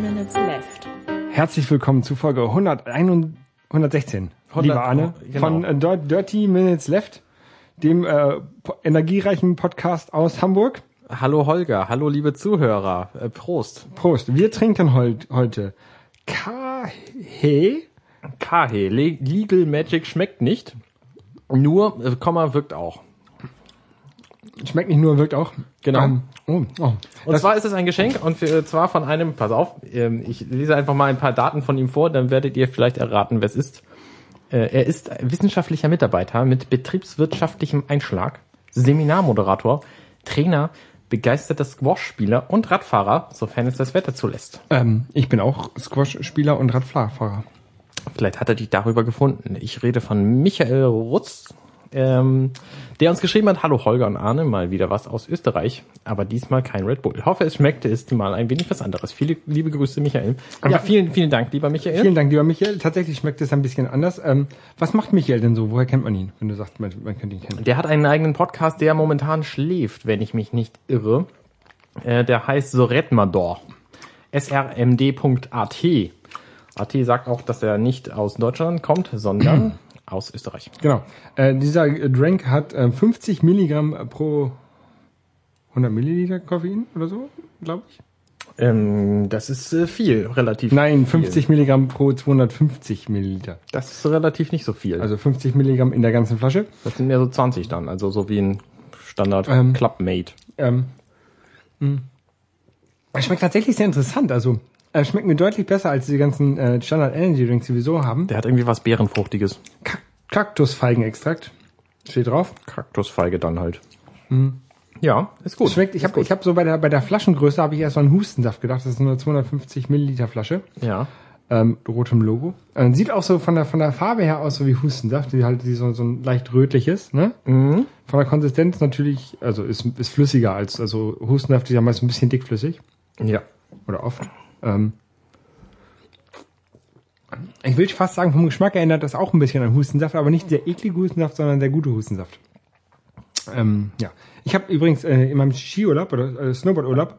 Minutes Left. Herzlich willkommen zu Folge 101 116, 100, lieber Arne, genau. von äh, Dirt- Dirty Minutes Left, dem äh, po- energiereichen Podcast aus Hamburg. Hallo Holger, hallo liebe Zuhörer, äh, Prost. Prost, wir trinken heut, heute Kahe Kahe, Le- Legal Magic schmeckt nicht, nur äh, Komma wirkt auch. Schmeckt nicht nur, wirkt auch. Genau. Ähm, oh, oh. Und zwar ist es ein Geschenk und für, äh, zwar von einem, pass auf, ähm, ich lese einfach mal ein paar Daten von ihm vor, dann werdet ihr vielleicht erraten, wer es ist. Äh, er ist wissenschaftlicher Mitarbeiter mit betriebswirtschaftlichem Einschlag, Seminarmoderator, Trainer, begeisterter Squash-Spieler und Radfahrer, sofern es das Wetter zulässt. Ähm, ich bin auch Squash-Spieler und Radfahrer. Vielleicht hat er dich darüber gefunden. Ich rede von Michael Rutz, ähm, der uns geschrieben hat, hallo Holger und Arne, mal wieder was aus Österreich, aber diesmal kein Red Bull. Hoffe, es schmeckte, ist mal ein wenig was anderes. Viele liebe Grüße, Michael. Ja, vielen, vielen Dank, lieber Michael. Vielen Dank, lieber Michael. Tatsächlich schmeckt es ein bisschen anders. Ähm, was macht Michael denn so? Woher kennt man ihn? Wenn du sagst, man, man kennt ihn kennen. Der hat einen eigenen Podcast, der momentan schläft, wenn ich mich nicht irre. Äh, der heißt Soretmador. srmd.at. AT sagt auch, dass er nicht aus Deutschland kommt, sondern aus Österreich. Genau. Äh, dieser äh, Drink hat äh, 50 Milligramm pro 100 Milliliter Koffein oder so, glaube ich. Ähm, das ist äh, viel, relativ. Nein, viel. 50 Milligramm pro 250 Milliliter. Das ist relativ nicht so viel. Also Also 50 Milligramm in der ganzen Flasche. das sind ja so 20 dann, also so wie ein Standard Ähm. Clubmate. Ähm, mh. Es schmeckt tatsächlich sehr interessant. Also äh, schmeckt mir deutlich besser als die ganzen äh, Standard Energy Drinks, die wir so haben. Der hat irgendwie was Beerenfruchtiges. Kak Kaktusfeigenextrakt steht drauf. Kaktusfeige dann halt. Ja, ist gut. Hm. Schmeckt. Ich Ist habe gut. ich hab so bei der bei der Flaschengröße habe ich erst mal einen Hustensaft gedacht. Das ist nur eine 250 Milliliter Flasche. Ja. ähm, rotem Logo. Äh, sieht auch so von der, von der Farbe her aus so wie Hustensaft, die halt die so, so ein leicht rötliches, ne? Von der Konsistenz natürlich, also ist, ist flüssiger als, also Hustensaft ist ja meist ein bisschen dickflüssig Ja. oder oft. Ähm, ich will fast sagen, vom Geschmack erinnert das auch ein bisschen an Hustensaft, aber nicht der eklige Hustensaft, sondern der gute Hustensaft. Ähm, ja. Ich habe übrigens äh, in meinem Skiurlaub oder äh, Snowboardurlaub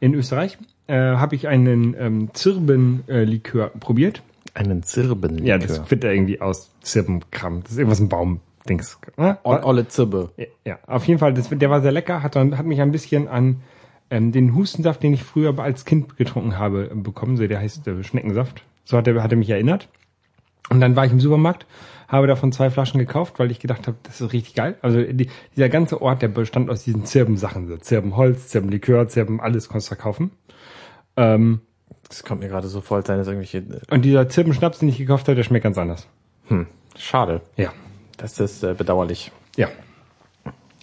in Österreich äh, habe ich einen ähm, Zirbenlikör probiert. Einen Zirben. Ja, das wird da irgendwie aus Zirbenkram. Das ist irgendwas ein Baum-Dings. Ne? Olle Zirbe. Ja, auf jeden Fall, das, der war sehr lecker, hat, dann, hat mich ein bisschen an ähm, den Hustensaft, den ich früher als Kind getrunken habe, äh, bekommen. So, der heißt äh, Schneckensaft. So hat er, hat er mich erinnert. Und dann war ich im Supermarkt, habe davon zwei Flaschen gekauft, weil ich gedacht habe, das ist richtig geil. Also die, dieser ganze Ort, der bestand aus diesen Zirbensachen. So Zirbenholz, Zirbenlikör, Zirben, alles konntest du da kaufen. Ähm, Das kommt mir gerade so vor, als seien es irgendwelche... äh, und dieser Zirbenschnaps, den ich gekauft habe, der schmeckt ganz anders. Schade. Ja, Das ist äh, bedauerlich. ja.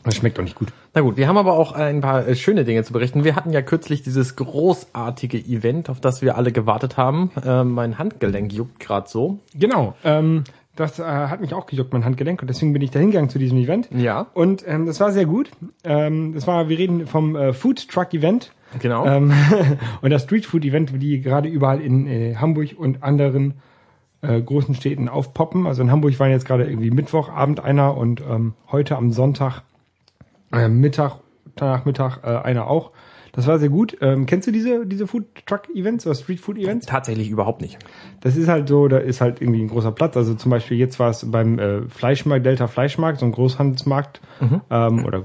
Das schmeckt auch nicht gut. Na gut, wir haben aber auch ein paar äh, schöne Dinge zu berichten. Wir hatten ja kürzlich dieses großartige Event, auf das wir alle gewartet haben. Äh, mein Handgelenk juckt gerade so. Genau. Ähm, das äh, hat mich auch gejuckt, mein Handgelenk, und deswegen bin ich da hingegangen zu diesem Event. Ja. Und ähm, das war sehr gut. Ähm, das war, wir reden vom äh, Food Truck Event. Genau. Ähm, und das Street Food Event, die gerade überall in äh, Hamburg und anderen äh, großen Städten aufpoppen. Also in Hamburg waren jetzt gerade irgendwie Mittwochabend einer und ähm, heute am Sonntag äh, Mittag, Nachmittag äh, einer auch. Das war sehr gut. Ähm, kennst du diese, diese Food Truck Events oder Street Food Events? Tatsächlich überhaupt nicht. Das ist halt so, da ist halt irgendwie ein großer Platz. Also zum Beispiel jetzt war es beim äh, Fleischmarkt, Delta Fleischmarkt, so ein Großhandelsmarkt ähm, oder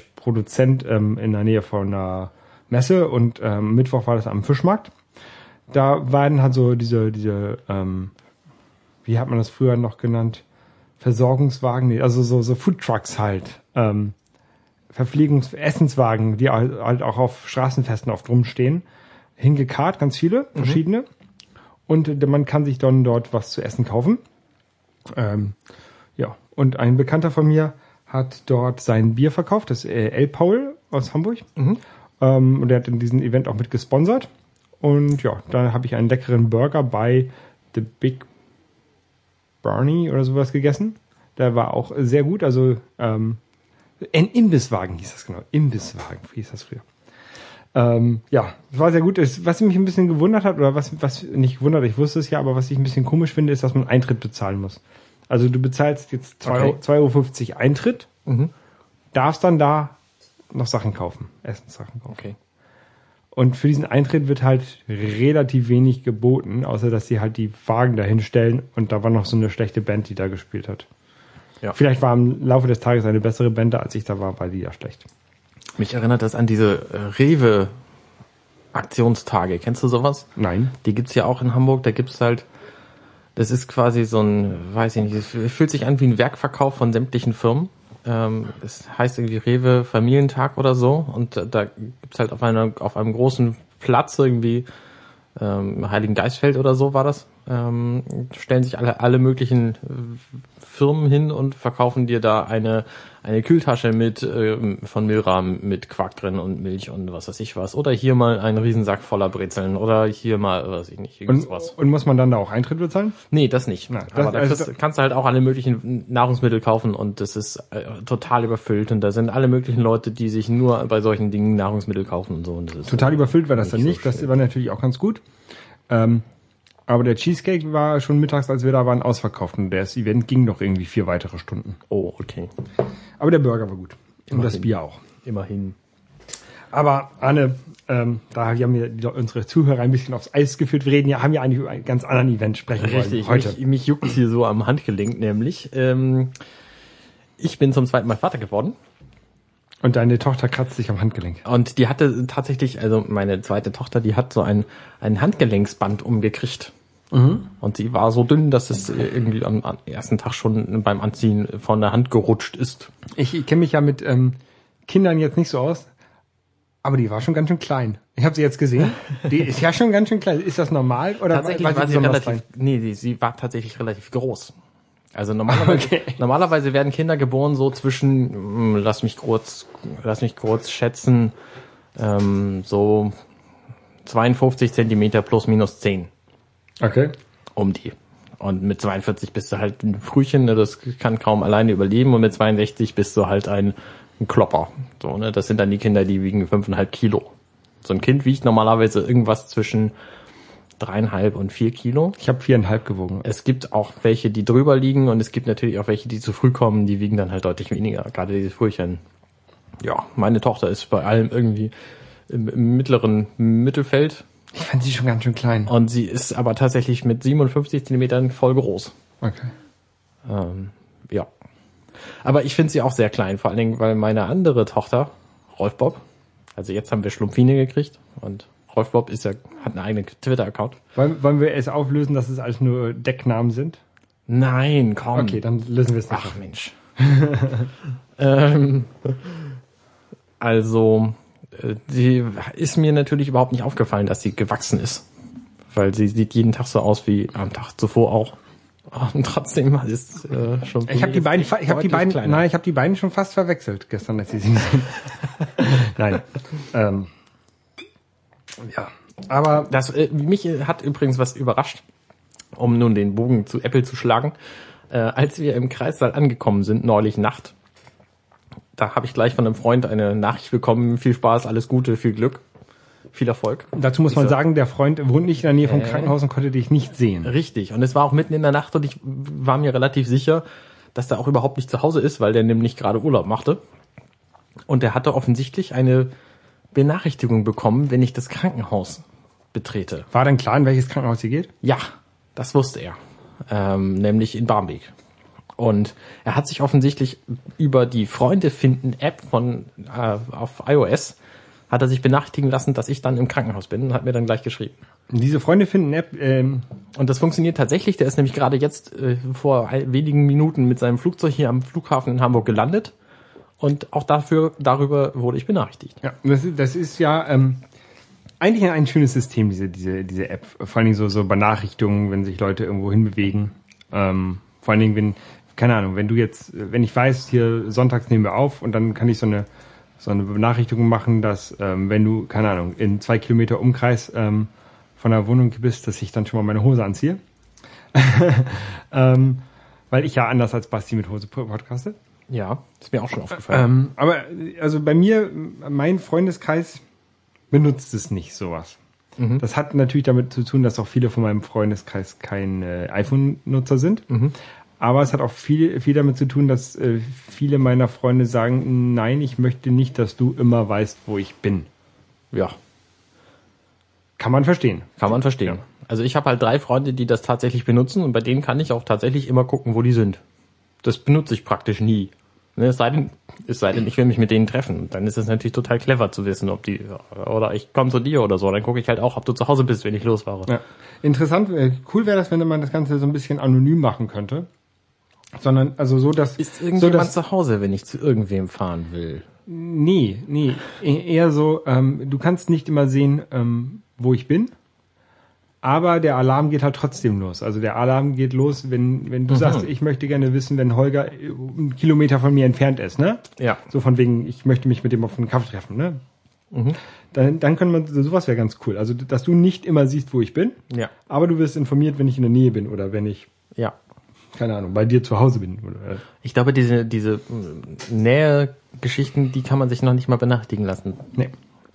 Großhandelsfleischproduzent ähm, in der Nähe von einer Messe und ähm, Mittwoch war das am Fischmarkt. Da waren halt so diese, diese, ähm, wie hat man das früher noch genannt? Versorgungswagen, nee, also so, so Foodtrucks halt. Ähm, Verpflegungs-, Essenswagen, die halt halt auch auf Straßenfesten oft rumstehen. Hingekarrt, ganz viele, verschiedene und äh, man kann sich dann dort was zu essen kaufen. Ähm, ja, und ein Bekannter von mir hat dort sein Bier verkauft, das äh, El Paul aus Hamburg. Ähm, und der hat in diesem Event auch mit gesponsert. Und ja, da habe ich einen leckeren Burger bei The Big Barney oder sowas gegessen. Der war auch sehr gut. Also ähm, ein Imbisswagen hieß das genau. Imbisswagen hieß das früher. Ähm, ja, es war sehr gut. Es- Was mich ein bisschen gewundert hat, oder was, was nicht gewundert, ich wusste es ja, aber was ich ein bisschen komisch finde, ist, dass man Eintritt bezahlen muss. Also du bezahlst jetzt 2,50 Okay. Euro, 2,50 Euro Eintritt, darfst dann da noch Sachen kaufen, Essenssachen kaufen. Okay. Und für diesen Eintritt wird halt relativ wenig geboten, außer dass sie halt die Wagen dahin stellen und da war noch so eine schlechte Band, die da gespielt hat. Ja. Vielleicht war im Laufe des Tages eine bessere Band da, als ich da war, war die ja schlecht. Mich erinnert das an diese äh, Rewe Aktionstage. Kennst du sowas? Nein. Die gibt's ja auch in Hamburg. Da gibt's halt, das ist quasi so ein, weiß ich nicht, es fühlt sich an wie ein Werkverkauf von sämtlichen Firmen. Ähm, es heißt irgendwie Rewe Familientag oder so. Und da- da gibt's halt auf, einer, auf einem großen Platz irgendwie, ähm, Heiligen Geistfeld oder so war das, ähm, stellen sich alle, alle möglichen äh, Firmen hin und verkaufen dir da eine, eine Kühltasche mit, ähm, von Milram mit Quark drin und Milch und was weiß ich was. Oder hier mal einen Riesensack voller Brezeln oder hier mal, weiß ich nicht, Und, irgendwas. und muss man dann da auch Eintritt bezahlen? Nee, das nicht. Nein, das- Aber da also kriegst, da- kannst du halt auch alle möglichen Nahrungsmittel kaufen und das ist äh, total überfüllt und da sind alle möglichen Leute, die sich nur bei solchen Dingen Nahrungsmittel kaufen und so. Und das ist Total überfüllt war das dann so nicht. das schlimm. war natürlich auch ganz gut. Ähm, aber der Cheesecake war schon mittags, als wir da waren, ausverkauft. Und das Event ging noch irgendwie vier weitere Stunden. Oh, okay. Aber der Burger war gut. Und das Immerhin. Bier auch. Immerhin. Aber Anne, ähm, da haben wir die, unsere Zuhörer ein bisschen aufs Eis geführt. Wir reden ja, haben ja eigentlich über einen ganz anderen Event sprechen Richtig, wollen heute. Mich, mich juckt hier so am Handgelenk nämlich. Ähm, ich bin zum zweiten Mal Vater geworden Und deine Tochter kratzt sich am Handgelenk. und die hatte tatsächlich, also meine zweite Tochter, die hat so ein, ein Handgelenksband umgekriegt. Und sie war so dünn, dass es äh, irgendwie am am ersten Tag schon beim Anziehen von der Hand gerutscht ist. Ich, ich kenne mich ja mit ähm, Kindern jetzt nicht so aus, aber die war schon ganz schön klein. Ich habe sie jetzt gesehen. Die ist ja schon ganz schön klein. Ist das normal oder Tatsächlich war, sie besonders relativ, nee, sie, sie war tatsächlich relativ groß. Also normalerweise, Okay. normalerweise werden Kinder geboren so zwischen, mm, lass mich kurz, lass mich kurz schätzen, ähm, so 52 Zentimeter plus minus 10 Okay. um die. Und mit 42 bist du halt ein Frühchen, ne, das kann kaum alleine überleben und mit 62 bist du halt ein, ein Klopper. So, ne? Das sind dann die Kinder, die wiegen 5,5 Kilo. So ein Kind wiegt normalerweise irgendwas zwischen dreieinhalb und vier Kilo. Ich habe viereinhalb gewogen. Es gibt auch welche, die drüber liegen und es gibt natürlich auch welche, die zu früh kommen, die wiegen dann halt deutlich weniger, gerade diese Frühchen. Ja, meine Tochter ist bei allem irgendwie im, im mittleren Mittelfeld Ich fand sie schon ganz schön klein. und sie ist aber tatsächlich mit 57 Zentimetern voll groß. Okay. Ähm, ja. Aber ich finde sie auch sehr klein, vor allen Dingen, weil meine andere Tochter, Rolf Bob, also jetzt haben wir Schlumpfine gekriegt und Rolf Bob ist ja, hat einen eigenen Twitter-Account. Wollen, wollen wir es auflösen, dass es alles nur Decknamen sind? Nein, komm. Okay, dann lösen wir es nicht. Ach Mensch. ähm, also, äh, die ist mir natürlich überhaupt nicht aufgefallen, dass sie gewachsen ist. Weil sie sieht jeden Tag so aus wie am Tag zuvor auch. Und trotzdem ist äh, schon. Ich habe die beiden, fa- ich habe die deutlich beiden, kleiner. nein, ich habe die beiden schon fast verwechselt gestern, als sie sie sehen. nein, ähm, ja, aber Das, äh, mich äh, hat übrigens was überrascht, um nun den Bogen zu Apple zu schlagen. Äh, als wir im Kreissaal angekommen sind, neulich Nacht, da habe ich gleich von einem Freund eine Nachricht bekommen. Viel Spaß, alles Gute, viel Glück, viel Erfolg. dazu muss man sagen, der Freund wohnt nicht in der Nähe Äh. vom Krankenhaus und konnte dich nicht sehen. Richtig. Und es war auch mitten in der Nacht und ich war mir relativ sicher, dass der auch überhaupt nicht zu Hause ist, weil der nämlich gerade Urlaub machte. Und er hatte offensichtlich eine Benachrichtigung bekommen, wenn ich das Krankenhaus betrete. War dann klar, in welches Krankenhaus sie geht? Ja, das wusste er. Ähm, nämlich in Barmbek. Und er hat sich offensichtlich über die Freunde finden App von äh, auf iOS hat er sich benachrichtigen lassen, dass ich dann im Krankenhaus bin und hat mir dann gleich geschrieben. Diese Freunde finden App, ähm, Und das funktioniert tatsächlich. Der ist nämlich gerade jetzt äh, vor ein- wenigen Minuten mit seinem Flugzeug hier am Flughafen in Hamburg gelandet. Und auch dafür, darüber wurde ich benachrichtigt. ja, das, ist- das ist ja ähm, eigentlich ein schönes System, diese diese diese App. Vor allen Dingen so so Benachrichtigungen, wenn sich Leute irgendwo hinbewegen. Ähm, vor allen Dingen, wenn keine Ahnung, wenn du jetzt, äh, wenn ich weiß, hier sonntags nehmen wir auf und dann kann ich so eine so eine Benachrichtigung machen, dass ähm, wenn du keine Ahnung in zwei Kilometer Umkreis ähm, von der Wohnung bist, dass ich dann schon mal meine Hose anziehe, ähm, weil ich ja anders als Basti mit Hose podcaste. Ja, ist mir auch schon aufgefallen. Ähm, aber äh, also bei mir, m- mein Freundeskreis benutzt es nicht, sowas. Das hat natürlich damit zu tun, dass auch viele von meinem Freundeskreis kein äh, iPhone-Nutzer sind. Aber es hat auch viel, viel damit zu tun, dass äh, viele meiner Freunde sagen, nein, ich möchte nicht, dass du immer weißt, wo ich bin. ja. Kann man verstehen. Kann man verstehen. Also ich habe halt drei Freunde, die das tatsächlich benutzen und bei denen kann ich auch tatsächlich immer gucken, wo die sind. Das benutze ich praktisch nie. Ne, es, sei denn, es sei denn, ich will mich mit denen treffen. Und Dann ist es natürlich total clever zu wissen, ob die oder ich komme zu dir oder so. Dann gucke ich halt auch, ob du zu Hause bist, wenn ich losfahre. Ja. Interessant, äh, cool wäre das, wenn man das Ganze so ein bisschen anonym machen könnte. Sondern, also so, dass... Ist so, irgendjemand dass, zu Hause, wenn ich zu irgendwem fahren will? nee, nee. E- Eher so, ähm, du kannst nicht immer sehen, ähm, wo ich bin. Aber der Alarm geht halt trotzdem los. Also der Alarm geht los, wenn, wenn Mhm. du sagst, ich möchte gerne wissen, wenn Holger äh, einen Kilometer von mir entfernt ist, ne? Ja. So von wegen, ich möchte mich mit dem auf einen Kaffee treffen, ne? Mhm. Dann, dann können man, sowas wäre ganz cool. Also, dass du nicht immer siehst, wo ich bin. Ja. Aber du wirst informiert, wenn ich in der Nähe bin oder wenn ich, Ja. keine Ahnung, bei dir zu Hause bin. Oder, Ich glaube, diese, diese mh, Nähe-Geschichten, die kann man sich noch nicht mal benachrichtigen lassen. nee.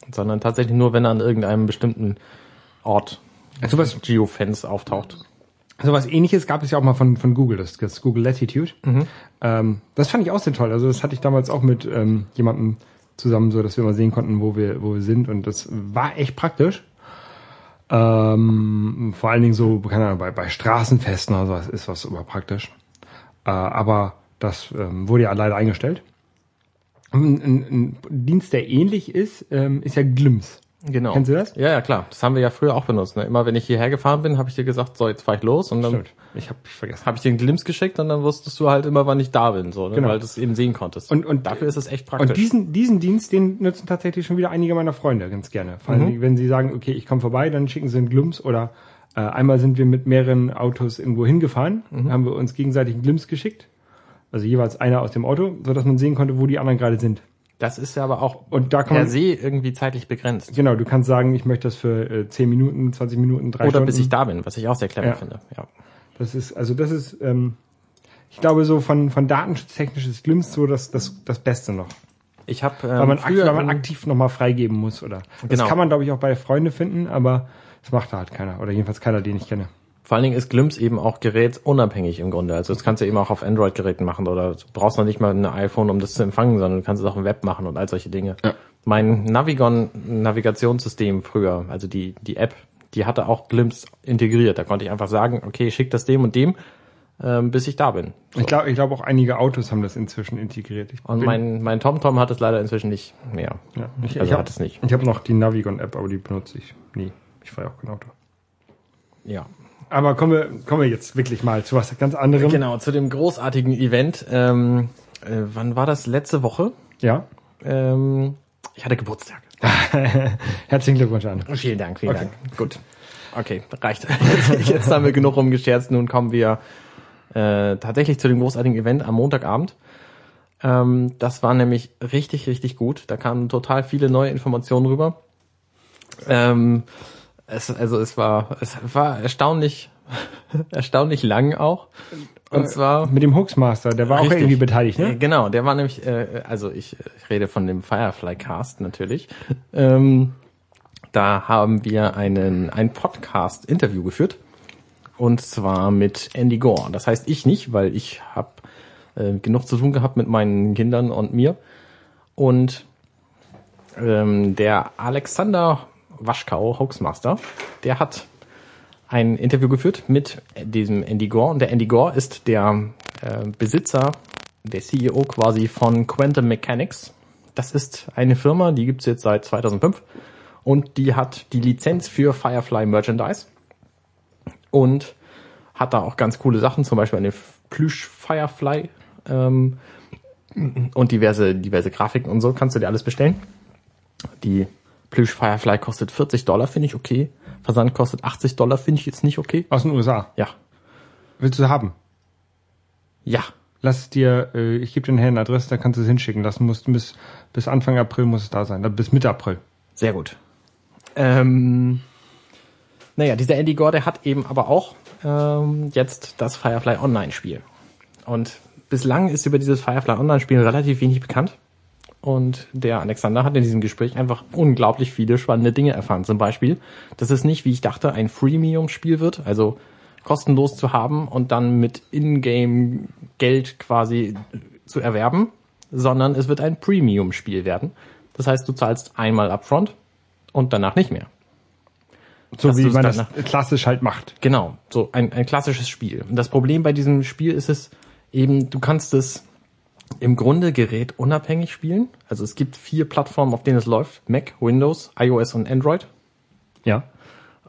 Sondern tatsächlich nur, wenn er an irgendeinem bestimmten Ort Also was, Geofence auftaucht. So was ähnliches gab es ja auch mal von, von Google, das, das Google Latitude. Ähm, das fand ich auch sehr toll. Also das hatte ich damals auch mit ähm, jemandem zusammen, so dass wir mal sehen konnten, wo wir, wo wir sind. Und das war echt praktisch. Ähm, vor allen Dingen so, keine Ahnung, bei, bei Straßenfesten oder sowas ist was immer praktisch. Äh, aber das ähm, wurde ja leider eingestellt. Ein, ein, ein Dienst, der ähnlich ist, ähm, ist ja Glimpse. Genau. Kennst du das? Ja, ja, klar. Das haben wir ja früher auch benutzt. Ne? Immer wenn ich hierher gefahren bin, habe ich dir gesagt, so, jetzt fahr ich los und dann Ähm, Ich habe vergessen. habe ich dir einen Glimps geschickt und dann wusstest du halt immer, wann ich da bin, so, ne? Genau. weil du es eben sehen konntest. Und- und- dafür ist es echt praktisch. Und diesen, diesen Dienst, den nutzen tatsächlich schon wieder einige meiner Freunde ganz gerne. Vor allem, Mhm. wenn sie sagen, okay, ich komme vorbei, dann schicken sie einen Glimps oder äh, einmal sind wir mit mehreren Autos irgendwo hingefahren, Mhm. haben wir uns gegenseitig einen Glimps geschickt. Also jeweils einer aus dem Auto, sodass man sehen konnte, wo die anderen gerade sind. das ist ja aber auch Und da kann per man, se irgendwie zeitlich begrenzt. genau, du kannst sagen, ich möchte das für äh, 10 Minuten, 20 Minuten, 3 Oder Stunden. bis ich da bin, was ich auch sehr clever Ja. finde. Ja. Das ist, also das ist, ähm, ich glaube, so von, von datenschutztechnisches Glimps so das, das, das Beste noch. Ich habe ähm, Weil man, aktiv, früher- weil man aktiv nochmal freigeben muss, oder? Das Genau. kann man, glaube ich, auch bei Freunde finden, aber das macht da halt keiner. Oder jedenfalls keiner, den ich kenne. Vor allen Dingen ist Glimps eben auch gerätsunabhängig im Grunde. Also das kannst du eben auch auf Android-Geräten machen oder du brauchst noch nicht mal ein iPhone, um das zu empfangen, sondern du kannst es auch im Web machen und all solche Dinge. Mein Navigon-Navigationssystem früher, also die, die App, die hatte auch Glimps integriert. Da konnte ich einfach sagen, okay, schick das dem und dem, ähm, bis ich da bin. Ich glaube ich glaube auch einige Autos haben das inzwischen integriert. Ich Und bin- mein, mein TomTom hat es leider inzwischen nicht mehr. ja, ich, also ich hab- hat es nicht. Ich habe noch die Navigon-App, aber die benutze ich nie. Ich fahre ja auch kein Auto. Ja. Aber kommen wir, kommen wir jetzt wirklich mal zu was ganz anderem. Genau, zu dem großartigen Event. Ähm, äh, wann war das? Letzte Woche? Ja. Ähm, ich hatte Geburtstag. Herzlichen Glückwunsch an. Vielen Dank, vielen Okay. Dank. Gut. Okay, reicht. Jetzt haben wir genug rumgescherzt. Nun kommen wir äh, tatsächlich zu dem großartigen Event am Montagabend. Ähm, das war nämlich richtig, richtig gut. Da kamen total viele neue Informationen rüber. Ähm, es, also es war, es war erstaunlich, erstaunlich lang auch. Und zwar Mit dem Hooksmaster, der war auch Richtig. irgendwie beteiligt, äh, ne? Genau, der war nämlich, äh, also ich äh, rede von dem Firefly Cast natürlich. Ähm, da haben wir einen, ein Podcast-Interview geführt. Und zwar mit Andy Gore. Das heißt ich nicht, weil ich habe äh, genug zu tun gehabt mit meinen Kindern und mir. Und ähm, der Alexander Waschkau, Hoaxmaster, der hat ein Interview geführt mit diesem Andy Gore. Und der Andy Gore ist der äh, Besitzer, der CEO quasi von Quantum Mechanics. Das ist eine Firma, die gibt's jetzt seit 2005 und die hat die Lizenz für Firefly Merchandise und hat da auch ganz coole Sachen, zum Beispiel eine Plüsch-Firefly ähm, und diverse, diverse Grafiken und so kannst du dir alles bestellen. Die Plüsch-Firefly kostet 40 Dollar, finde ich okay. Versand kostet 80 Dollar, finde ich jetzt nicht okay. Aus den USA. Ja, Willst du haben? ja, Lass es dir, äh, ich gebe dir nachher eine Adresse, da kannst du es hinschicken lassen. Musst, bis, bis Anfang April muss es da sein. Bis Mitte April. sehr gut. Ähm, naja, dieser Andy Gore, der hat eben aber auch ähm, jetzt das Firefly Online-Spiel. Und bislang ist über dieses Firefly Online-Spiel relativ wenig bekannt. Und der Alexander hat in diesem Gespräch einfach unglaublich viele spannende Dinge erfahren. Zum Beispiel, dass es nicht, wie ich dachte, ein Freemium-Spiel wird, also kostenlos zu haben und dann mit Ingame-Geld quasi zu erwerben, sondern es wird ein Premium-Spiel werden. Das heißt, du zahlst einmal upfront und danach nicht mehr. So dass wie du's man das danach- klassisch halt macht. Genau, so ein, ein klassisches Spiel. Und das Problem bei diesem Spiel ist es eben, du kannst es im Grunde Gerät unabhängig spielen. Also es gibt vier Plattformen, auf denen es läuft. Mac, Windows, iOS und Android. Ja.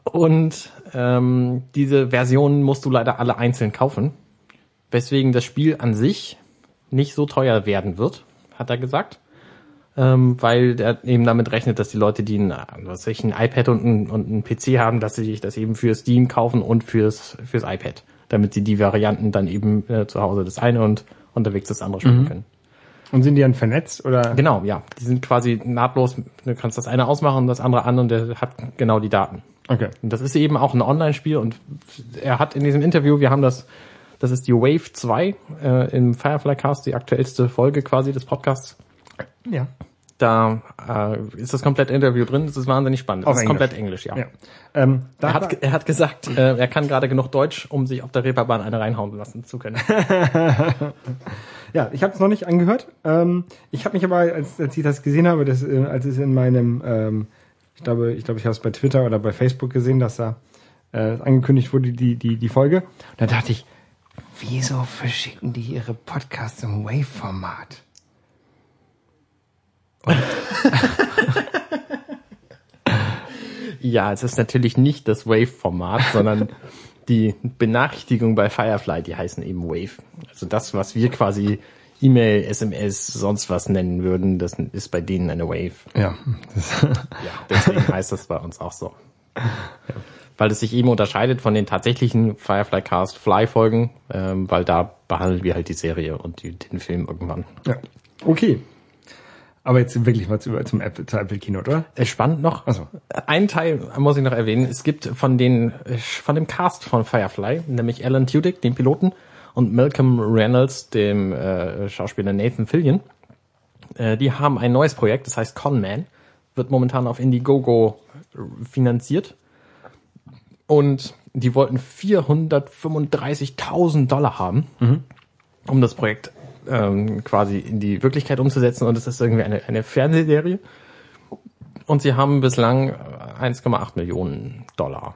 Und ähm, diese Versionen musst du leider alle einzeln kaufen. Weswegen das Spiel an sich nicht so teuer werden wird, hat er gesagt. Ähm, weil er eben damit rechnet, dass die Leute, die ein, was weiß ich, ein iPad und ein, und ein PC haben, dass sie sich das eben für Steam kaufen und fürs, fürs iPad. Damit sie die Varianten dann eben äh, zu Hause das eine und unterwegs das andere spielen können. Und sind die dann vernetzt oder? Genau, ja. Die sind quasi nahtlos, du kannst das eine ausmachen und das andere an und der hat genau die Daten. Okay. Und das ist eben auch ein Online-Spiel und er hat in diesem Interview, wir haben das, das ist die Wave 2 äh, im Firefly Cast, die aktuellste Folge quasi des Podcasts. Ja. Da äh, ist das komplett Interview drin, das ist wahnsinnig spannend. Das Auf ist Englisch. komplett Englisch, ja. Ja. Ähm, da Er, hat, ge- er hat gesagt, äh, er kann gerade genug Deutsch, um sich auf der Reeperbahn eine reinhauen lassen zu können. Ja, ich habe es noch nicht angehört. Ähm, ich habe mich aber, als, als ich das gesehen habe, das, äh, als es in meinem, ähm, ich glaube, ich glaube, ich habe es bei Twitter oder bei Facebook gesehen, dass da äh, angekündigt wurde, die, die, die Folge. Und da dachte ich, wieso verschicken die ihre Podcasts im Wave-Format? ja, es ist natürlich nicht das Wave-Format, sondern die Benachrichtigungen bei Firefly, die heißen eben Wave. Also das, was wir quasi E-Mail, SMS, sonst was nennen würden, das ist bei denen eine Wave. Ja. Ja, deswegen heißt das bei uns auch so. Weil es sich eben unterscheidet von den tatsächlichen Firefly Cast Fly Folgen, ähm, weil da behandeln wir halt die Serie und die, den Film irgendwann. ja. Okay. Aber jetzt wirklich mal zu, zum Apple, zur Apple Keynote, oder? Äh, Spannend noch. Ach so. Einen Teil muss ich noch erwähnen. Es gibt von den, äh, von dem Cast von Firefly, nämlich Alan Tudyk, dem Piloten, und Malcolm Reynolds, dem äh, Schauspieler Nathan Fillion. Äh, die haben ein neues Projekt, das heißt Conman. Wird momentan auf Indiegogo finanziert. Und die wollten 435.000 Dollar haben, Mhm. um das Projekt ähm, quasi in die Wirklichkeit umzusetzen. Und es ist irgendwie eine, eine Fernsehserie. Und sie haben bislang äh, 1,8 Millionen Dollar.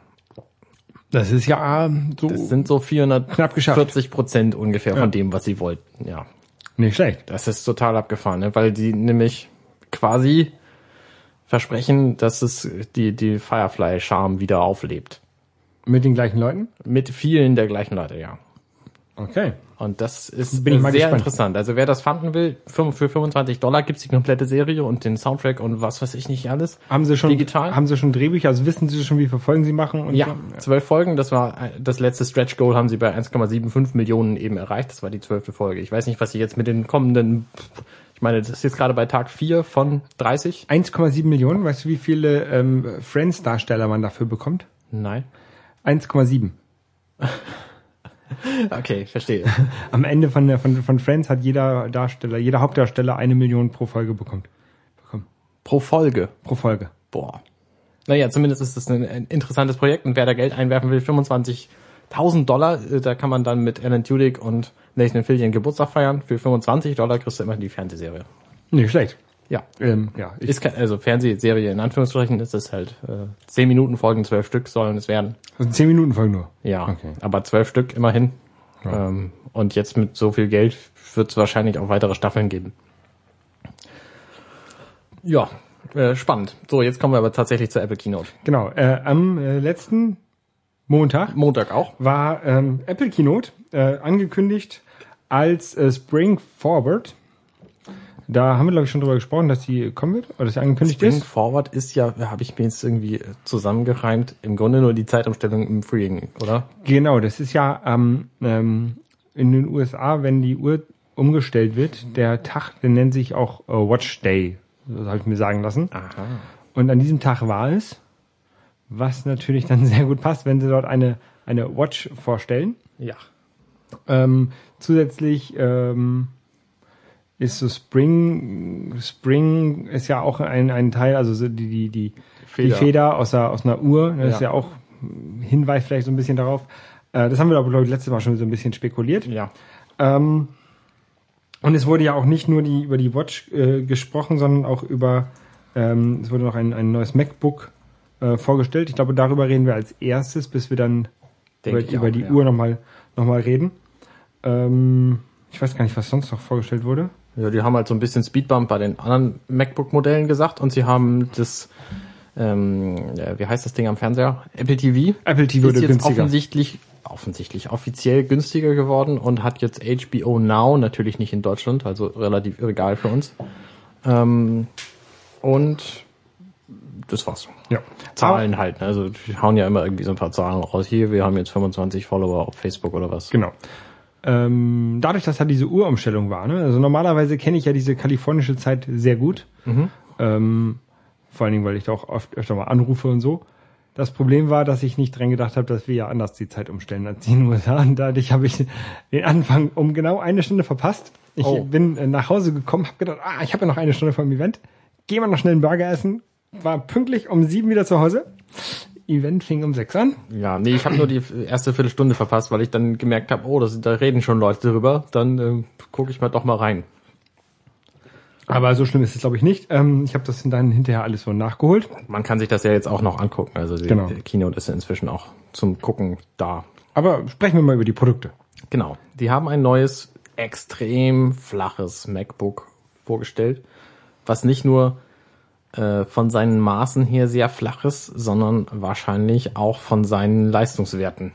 Das ist ja ähm, so Das sind so Oh. Knapp geschafft. 440 Prozent ungefähr Ja. von dem, was sie wollten. Ja, nicht schlecht. das ist total abgefahren, ne? weil die nämlich quasi versprechen, dass es die, die Firefly-Charme wieder auflebt. Mit den gleichen Leuten? Mit vielen der gleichen Leute, ja. Okay. Und das ist Bin ich sehr mal gespannt. interessant. Also wer das fanden will, für für 25 Dollar gibt's die komplette Serie und den Soundtrack und was weiß ich nicht alles. Haben sie schon Digital? Haben sie schon Drehbücher? Also wissen sie schon, wie viele Folgen sie machen? Und Ja, so? zwölf Folgen. Das war äh, das letzte Stretch Goal haben sie bei 1,75 Millionen eben erreicht. Das war die zwölfte Folge. Ich weiß nicht, was sie jetzt mit den kommenden. Ich meine, das ist jetzt gerade bei Tag 4 von 30. 1,7 Millionen. Weißt du, wie viele ähm, Friends-Darsteller man dafür bekommt? Nein. 1,7. Okay, verstehe. Am Ende von, der, von, von Friends hat jeder Darsteller, jeder Hauptdarsteller eine Million pro Folge bekommt. Pro Folge. Pro Folge. Boah. Naja, zumindest ist das ein, ein interessantes Projekt und wer da Geld einwerfen will, 25.000 Dollar, äh, da kann man dann mit Alan Tudyk und Nathan Fillion Geburtstag feiern. Für 25 Dollar kriegst du immer die Fernsehserie. Nicht schlecht. Ja. Ähm, ja, ich, Ist kein, also Fernsehserie in Anführungsstrichen ist es halt äh, 10 Minuten Folgen, 12 Stück sollen es werden. also 10 Minuten Folgen nur. Ja, Okay. aber 12 Stück immerhin. Ähm, und jetzt mit so viel Geld wird es wahrscheinlich auch weitere Staffeln geben. Ja, äh, spannend. So, jetzt kommen wir aber tatsächlich zur Apple Keynote. Genau. Äh, am äh, letzten Montag Montag auch. war ähm, Apple Keynote äh, angekündigt als äh, Spring Forward. Da haben wir, glaube ich, schon drüber gesprochen, dass die kommen wird oder dass sie angekündigt Spring ist. Forward ist ja, habe ich mir jetzt irgendwie äh, zusammengereimt, im Grunde nur die Zeitumstellung im Frühling, oder? Genau, das ist ja ähm, ähm, in den USA, wenn die Uhr umgestellt wird, der Tag, der nennt sich auch äh, Watch Day. Das habe ich mir sagen lassen. Aha. Und an diesem Tag war es, was natürlich dann sehr gut passt, wenn sie dort eine, eine Watch vorstellen. Ja. Ähm, zusätzlich ähm, ist so Spring, Spring ist ja auch ein, ein Teil, also so die, die, die, Feder. die Feder aus, der, aus einer Uhr, ne, ist Ja. ja auch ein Hinweis vielleicht so ein bisschen darauf. Äh, das haben wir aber, glaube ich, letztes Mal schon so ein bisschen spekuliert. Ja. Ähm, und es wurde ja auch nicht nur die, über die Watch äh, gesprochen, sondern auch über, ähm, es wurde noch ein, ein neues MacBook äh, äh, vorgestellt. Ich glaube, darüber reden wir als erstes, bis wir dann Denke über, ich über auch, die ja. Uhr nochmal noch mal reden. Ähm, ich weiß gar nicht, was sonst noch vorgestellt wurde. Ja, die haben halt so ein bisschen Speedbump bei den anderen MacBook-Modellen gesagt und sie haben das, ähm, ja, wie heißt das Ding am Fernseher? Apple TV. Apple TV ist wurde jetzt günstiger. offensichtlich, offensichtlich, offiziell günstiger geworden und hat jetzt HBO Now, natürlich nicht in Deutschland, also relativ illegal für uns. Ähm, und das war's. Ja. Zahlen halt, ne? also die hauen ja immer irgendwie so ein paar Zahlen raus. Hier, wir haben jetzt 25 Follower auf Facebook oder was. Genau. Ähm, dadurch, dass da diese Uhrumstellung war, ne? also normalerweise kenne ich ja diese kalifornische Zeit sehr gut. Ähm, vor allen Dingen, weil ich da auch oft öfter mal anrufe und so. Das Problem war, dass ich nicht dran gedacht habe, dass wir ja anders die Zeit umstellen als die in den USA. Und dadurch habe ich den Anfang um genau eine Stunde verpasst. Ich Oh. bin äh, nach Hause gekommen, habe gedacht, ah, ich habe ja noch eine Stunde vom Event. Geh mal noch schnell einen Burger essen. War pünktlich um sieben wieder zu Hause. Event fing um sechs an. Ja, nee, ich habe nur die erste Viertelstunde verpasst, weil ich dann gemerkt habe, oh, das, da reden schon Leute drüber. Dann ähm, gucke ich mal doch mal rein. Aber so schlimm ist es, glaube ich, nicht. Ähm, ich habe das dann hinterher alles so nachgeholt. Man kann sich das ja jetzt auch noch angucken. Also die Genau. die Keynote ist ja inzwischen auch zum Gucken da. Aber sprechen wir mal über die Produkte. Genau. Die haben ein neues, extrem flaches MacBook vorgestellt, was nicht nur äh, von seinen Maßen her sehr flach ist, sondern wahrscheinlich auch von seinen Leistungswerten.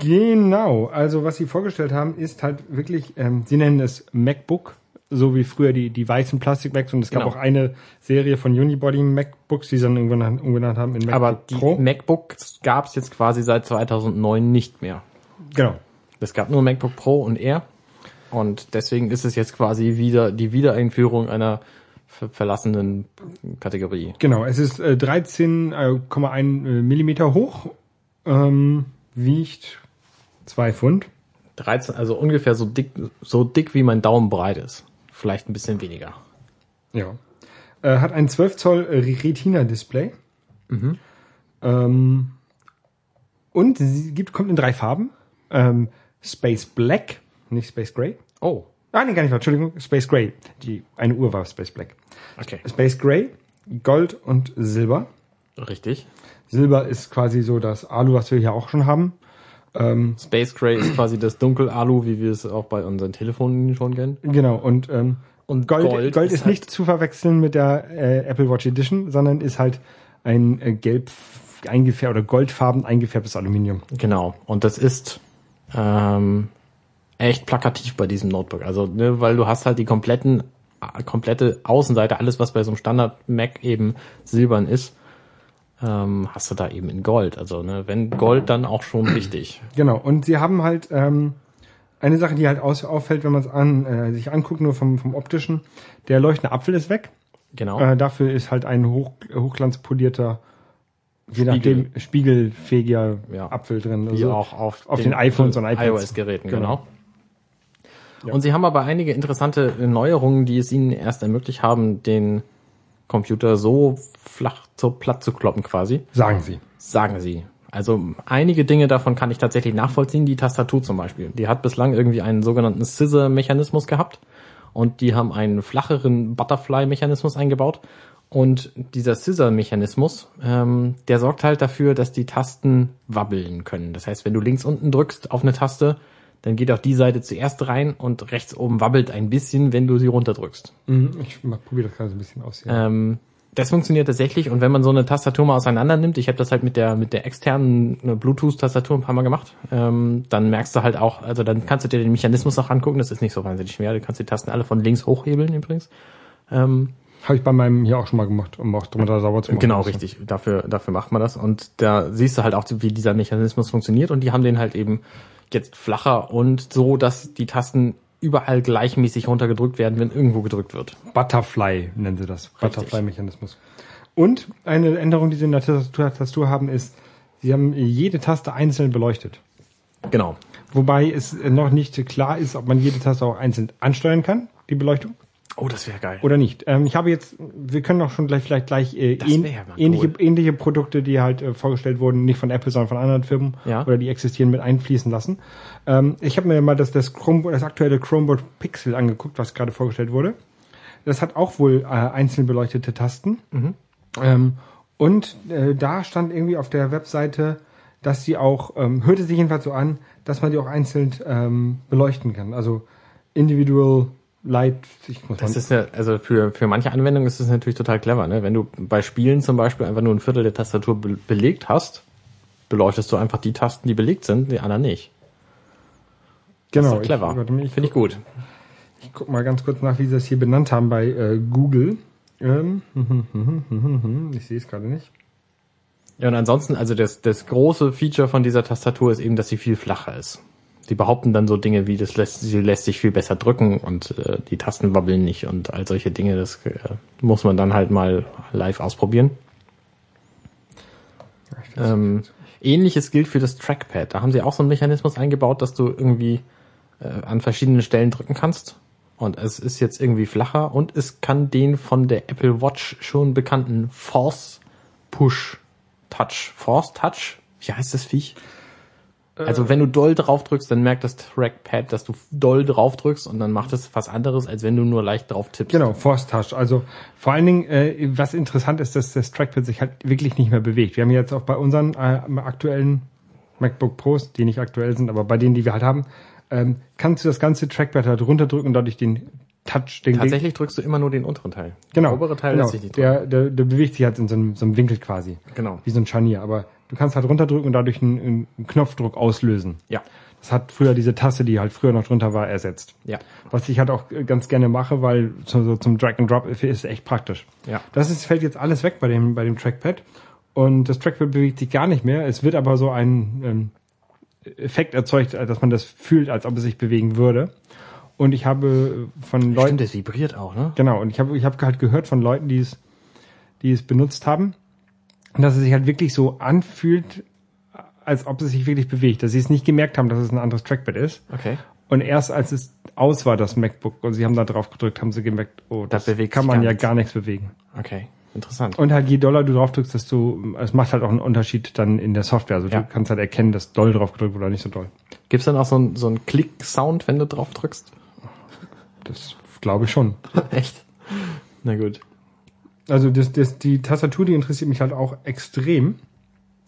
Genau. Also was sie vorgestellt haben, ist halt wirklich, ähm, sie nennen es MacBook, so wie früher die, die weißen Plastik-Macs. Und es gab Genau. auch eine Serie von Unibody MacBooks, die sie dann irgendwann umgenannt haben in MacBook Aber die Pro. MacBooks gab es jetzt quasi seit 2009 nicht mehr. genau. Es gab nur MacBook Pro und Air. Und deswegen ist es jetzt quasi wieder die Wiedereinführung einer ver verlassenen Kategorie. Genau. Es ist äh, 13,1 äh, Millimeter hoch, ähm, wiegt zwei Pfund. 13, also ungefähr so dick, so dick wie mein Daumen breit ist. Vielleicht ein bisschen weniger. Ja. Äh, hat ein 12 Zoll Retina-Display. Ähm, und sie gibt, kommt in drei Farben. Ähm, Space Black, nicht Space Gray. Oh, Ah, nee, gar nicht, wahr, Entschuldigung. Space Gray. Die, eine Uhr war Space Black. okay. Space Gray, Gold und Silber. Richtig. Silber ist quasi so das Alu, was wir hier auch schon haben. Space Gray ist quasi das Dunkel-Alu, wie wir es auch bei unseren Telefonen schon kennen. Genau, und, ähm, Und Gold, Gold, ist, halt- nicht zu verwechseln mit der äh, Apple Watch Edition, sondern ist halt ein äh, gelb eingefärbt oder goldfarben eingefärbtes Aluminium. Genau. Und das ist ähm, echt plakativ bei diesem Notebook. Also, ne, weil du hast halt die kompletten, äh, komplette Außenseite, alles was bei so einem Standard Mac eben silbern ist, ähm, hast du da eben in Gold. Also, ne, wenn Gold, dann auch schon wichtig. Genau. Und sie haben halt ähm, eine Sache, die halt aus, auffällt, wenn man es an, äh, sich anguckt, nur vom, vom optischen. Der leuchtende Apfel ist weg. Genau. Äh, dafür ist halt ein hoch, hochglanzpolierter, je nachdem, spiegelfähiger Ja. Apfel drin. wie Also auch auf, auf den iPhones und iPads. iOS-Geräten, genau. Genau. Und sie haben aber einige interessante Neuerungen, die es ihnen erst ermöglicht haben, den Computer so flach zu platt zu kloppen quasi, Sagen sie. sagen sie. Also einige Dinge davon kann ich tatsächlich nachvollziehen. Die Tastatur zum Beispiel. Die hat bislang irgendwie einen sogenannten Scissor-Mechanismus gehabt und die haben einen flacheren Butterfly-Mechanismus eingebaut. Und dieser Scissor-Mechanismus, ähm, der sorgt halt dafür, dass die Tasten wabbeln können. Das heißt, wenn du links unten drückst auf eine Taste, dann geht auch die Seite zuerst rein und rechts oben wabbelt ein bisschen, wenn du sie runterdrückst. Mhm, Ich mal probiere das gerade so ein bisschen aus. Hier. Ähm, das funktioniert tatsächlich und wenn man so eine Tastatur mal auseinander nimmt, ich habe das halt mit der mit der externen äh, Bluetooth-Tastatur ein paar Mal gemacht, ähm, dann merkst du halt auch, also dann kannst du dir den Mechanismus auch angucken, das ist nicht so wahnsinnig schwer, du kannst die Tasten alle von links hochhebeln übrigens. Habe ich bei meinem hier auch schon mal gemacht, um auch drunter sauber zu machen. Genau, richtig, dafür, dafür macht man das und da siehst du halt auch, wie dieser Mechanismus funktioniert und die haben den halt eben jetzt flacher und so, dass die Tasten überall gleichmäßig runtergedrückt werden, wenn irgendwo gedrückt wird. Butterfly nennen sie das. Butterfly-Mechanismus. Und eine Änderung, die sie in der Tastatur, Tastatur haben, ist, sie haben jede Taste einzeln beleuchtet. Genau. Wobei es noch nicht klar ist, ob man jede Taste auch einzeln ansteuern kann, die Beleuchtung, Oh, das wäre geil. oder nicht. Ähm, ich habe jetzt, wir können auch schon gleich vielleicht gleich äh, Das ähn, wär ja mal ähnliche, cool. ähnliche Produkte, die halt äh, vorgestellt wurden, nicht von Apple, sondern von anderen Firmen Ja. oder die existieren, mit einfließen lassen. Ähm, ich habe mir mal das, das, Chrome, das aktuelle Chromebook Pixel angeguckt, was gerade Mhm. vorgestellt wurde. Das hat auch wohl äh, einzeln beleuchtete Tasten. Ähm, Und äh, da stand irgendwie auf der Webseite, dass die auch, ähm, hörte sich jedenfalls so an, dass man die auch einzeln ähm, beleuchten kann. Also individual light. Ich muss Das mal- ist ja, also für, für manche Anwendungen ist das natürlich total clever, ne? Wenn du bei Spielen zum Beispiel einfach nur ein Viertel der Tastatur be belegt hast, beleuchtest du einfach die Tasten, die belegt sind, die anderen nicht. Das genau, ist doch clever. Ich, warte mal, ich, Finde ich gut. ich guck mal ganz kurz nach, wie sie das hier benannt haben bei äh, Google. Ähm, hm, ich sehe es gerade nicht. Ja, und ansonsten, also das, das große Feature von dieser Tastatur ist eben, dass sie viel flacher ist. Die behaupten dann so Dinge wie, das lässt, sie lässt sich viel besser drücken und äh, die Tasten wabbeln nicht und all solche Dinge, das äh, muss man dann halt mal live ausprobieren. Ähm, ähnliches gilt für das Trackpad. Da haben sie auch so einen Mechanismus eingebaut, dass du irgendwie äh, an verschiedenen Stellen drücken kannst. Und es ist jetzt irgendwie flacher und es kann den von der Apple Watch schon bekannten Force Push Touch. Force Touch? Wie heißt das Viech? Also wenn du doll drauf drückst, dann merkt das Trackpad, dass du doll drauf drückst und dann macht es was anderes, als wenn du nur leicht drauf tippst. Genau, Force Touch. Also vor allen Dingen, äh, was interessant ist, dass das Trackpad sich halt wirklich nicht mehr bewegt. Wir haben jetzt auch bei unseren äh, aktuellen MacBook Pros, die nicht aktuell sind, aber bei denen, die wir halt haben, ähm, kannst du das ganze Trackpad halt runterdrücken und dadurch den Touch, den Tatsächlich drückst du immer nur den unteren Teil. genau, Der obere Teil genau, lässt sich nicht drücken. der, der, der bewegt sich halt in so einem, so einem Winkel quasi. Genau. Wie so ein Scharnier. Aber du kannst halt runterdrücken und dadurch einen, einen Knopfdruck auslösen. Ja. Das hat früher diese Taste, die halt früher noch drunter war, ersetzt. Ja. Was ich halt auch ganz gerne mache, weil zum, so zum Drag and Drop ist echt praktisch. Ja. Das ist, fällt jetzt alles weg bei dem, bei dem Trackpad. Und das Trackpad bewegt sich gar nicht mehr. Es wird aber so ein ähm, Effekt erzeugt, äh, dass man das fühlt, als ob es sich bewegen würde. Und ich habe äh, von Leuten, Stimmt, das vibriert auch, ne? genau, und ich habe ich habe halt gehört von Leuten, die es, die es benutzt haben, dass es sich halt wirklich so anfühlt, als ob es sich wirklich bewegt, dass sie es nicht gemerkt haben, dass es ein anderes Trackpad ist. Okay. Und erst als es aus war, das MacBook, und sie haben da drauf gedrückt, haben sie gemerkt, oh, Da das bewegt kann sich man gar ja nichts. gar nichts bewegen. Okay, interessant. Und halt je doller du drauf drückst, desto, es macht halt auch einen Unterschied dann in der Software. Also Ja. du kannst halt erkennen, dass doll drauf gedrückt wurde oder nicht so doll. Gibt's dann auch so einen so einen Klick-Sound, wenn du drauf drückst? Das glaube ich schon. Echt? Na gut. Also das, das, die Tastatur, die interessiert mich halt auch extrem.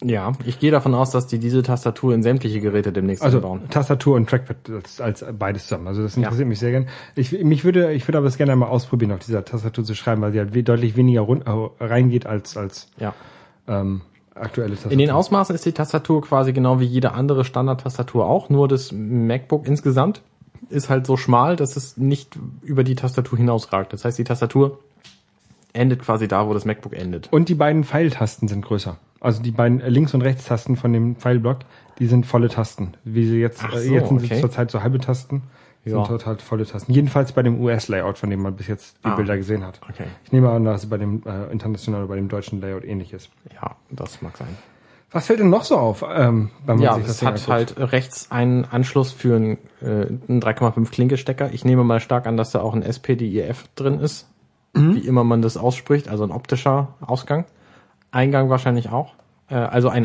Ja, ich gehe davon aus, dass die diese Tastatur in sämtliche Geräte demnächst Also einbauen. Tastatur und Trackpad als, als beides zusammen. Also das interessiert mich sehr gern. Ich, mich würde, ich würde aber es gerne mal ausprobieren, auf dieser Tastatur zu schreiben, weil sie halt we- deutlich weniger rund, äh, reingeht als, als Ja. ähm, aktuelle Tastatur. In den Ausmaßen ist die Tastatur quasi genau wie jede andere Standard-Tastatur auch, nur das MacBook insgesamt ist halt so schmal, dass es nicht über die Tastatur hinausragt. Das heißt, die Tastatur endet quasi da, wo das MacBook endet. Und die beiden Pfeiltasten sind größer. Also die beiden äh, Links- und Rechtstasten von dem Pfeilblock, die sind volle Tasten. Wie sie jetzt, Ach äh, so, jetzt sind okay. sie zurzeit so halbe Tasten, Ja. sind dort halt volle Tasten. Jedenfalls bei dem US-Layout, von dem man bis jetzt die Ah. Bilder gesehen hat. Okay. Ich nehme an, dass es bei dem äh, internationalen oder bei dem deutschen Layout ähnlich ist. Ja, das mag sein. Was fällt denn noch so auf, ähm, wenn man Ja, sich das es Ding hat anguckt? halt rechts einen Anschluss für einen, äh, einen 3,5 Klinkestecker. Ich nehme mal stark an, dass da auch ein SPDIF E drin ist, wie immer man das ausspricht, also ein optischer Ausgang. Eingang wahrscheinlich auch. Äh, also ein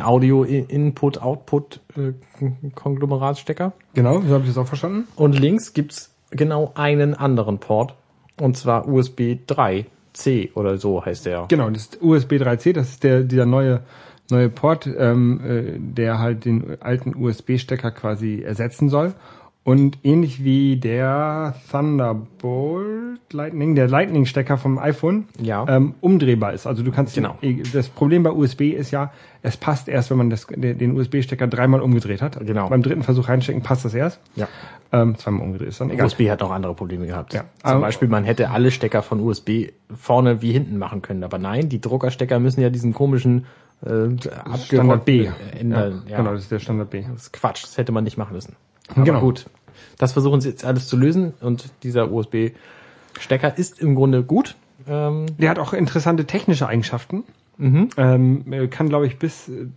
Audio-Input-Output-Konglomeratstecker. Genau, so habe ich das auch verstanden. Und links gibt's genau einen anderen Port, und zwar USB 3C oder so heißt der. Genau, das ist USB 3C, das ist der, dieser neue, neue Port, ähm, äh, der halt den alten USB-Stecker quasi ersetzen soll. Und ähnlich wie der Thunderbolt Lightning, der Lightning-Stecker vom iPhone, Ja. ähm, umdrehbar ist. Also du kannst Genau. das Problem bei USB ist ja, es passt erst, wenn man das, den den USB-Stecker dreimal umgedreht hat. Genau. Beim dritten Versuch reinstecken passt das erst. Ja. Ähm, zweimal umgedreht ist dann egal. USB hat auch andere Probleme gehabt. Ja. Zum Aber- Beispiel, man hätte alle Stecker von USB vorne wie hinten machen können. Aber nein, die Druckerstecker müssen ja diesen komischen äh, Standard B. ändern. äh, Ja, Genau, das ist der Standard B. Das ist Quatsch, das hätte man nicht machen müssen. Aber Genau. gut. Das versuchen sie jetzt alles zu lösen und dieser USB-Stecker ist im Grunde gut. Ähm, Der hat auch interessante technische Eigenschaften. Ähm, äh, kann, glaube ich, bis äh,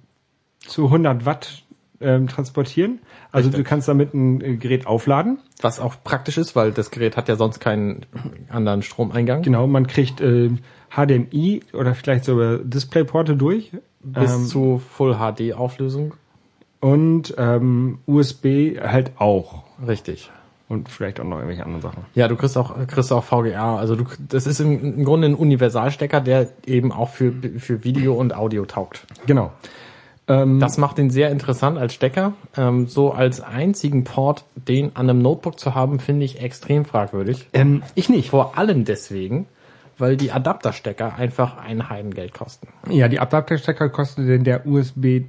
zu 100 Watt ähm, transportieren. Also du kannst damit ein äh, Gerät aufladen. was auch praktisch ist, weil das Gerät hat ja sonst keinen anderen Stromeingang. Genau, man kriegt äh, HDMI oder vielleicht sogar Displayporte durch Bis Ähm, zu Full HD Auflösung. und ähm, USB halt auch. Richtig. und vielleicht auch noch irgendwelche anderen Sachen. Ja, du kriegst auch, kriegst auch VGA. Also du, das ist im, im Grunde ein Universalstecker, der eben auch für, für Video und Audio taugt. Genau. Das macht ihn sehr interessant als Stecker. Ähm, so als einzigen Port, den an einem Notebook zu haben, finde ich extrem fragwürdig. Ähm, ich nicht. Vor allem deswegen, weil die Adapterstecker einfach ein Heidengeld kosten. Ja, die Adapterstecker kostet denn der USB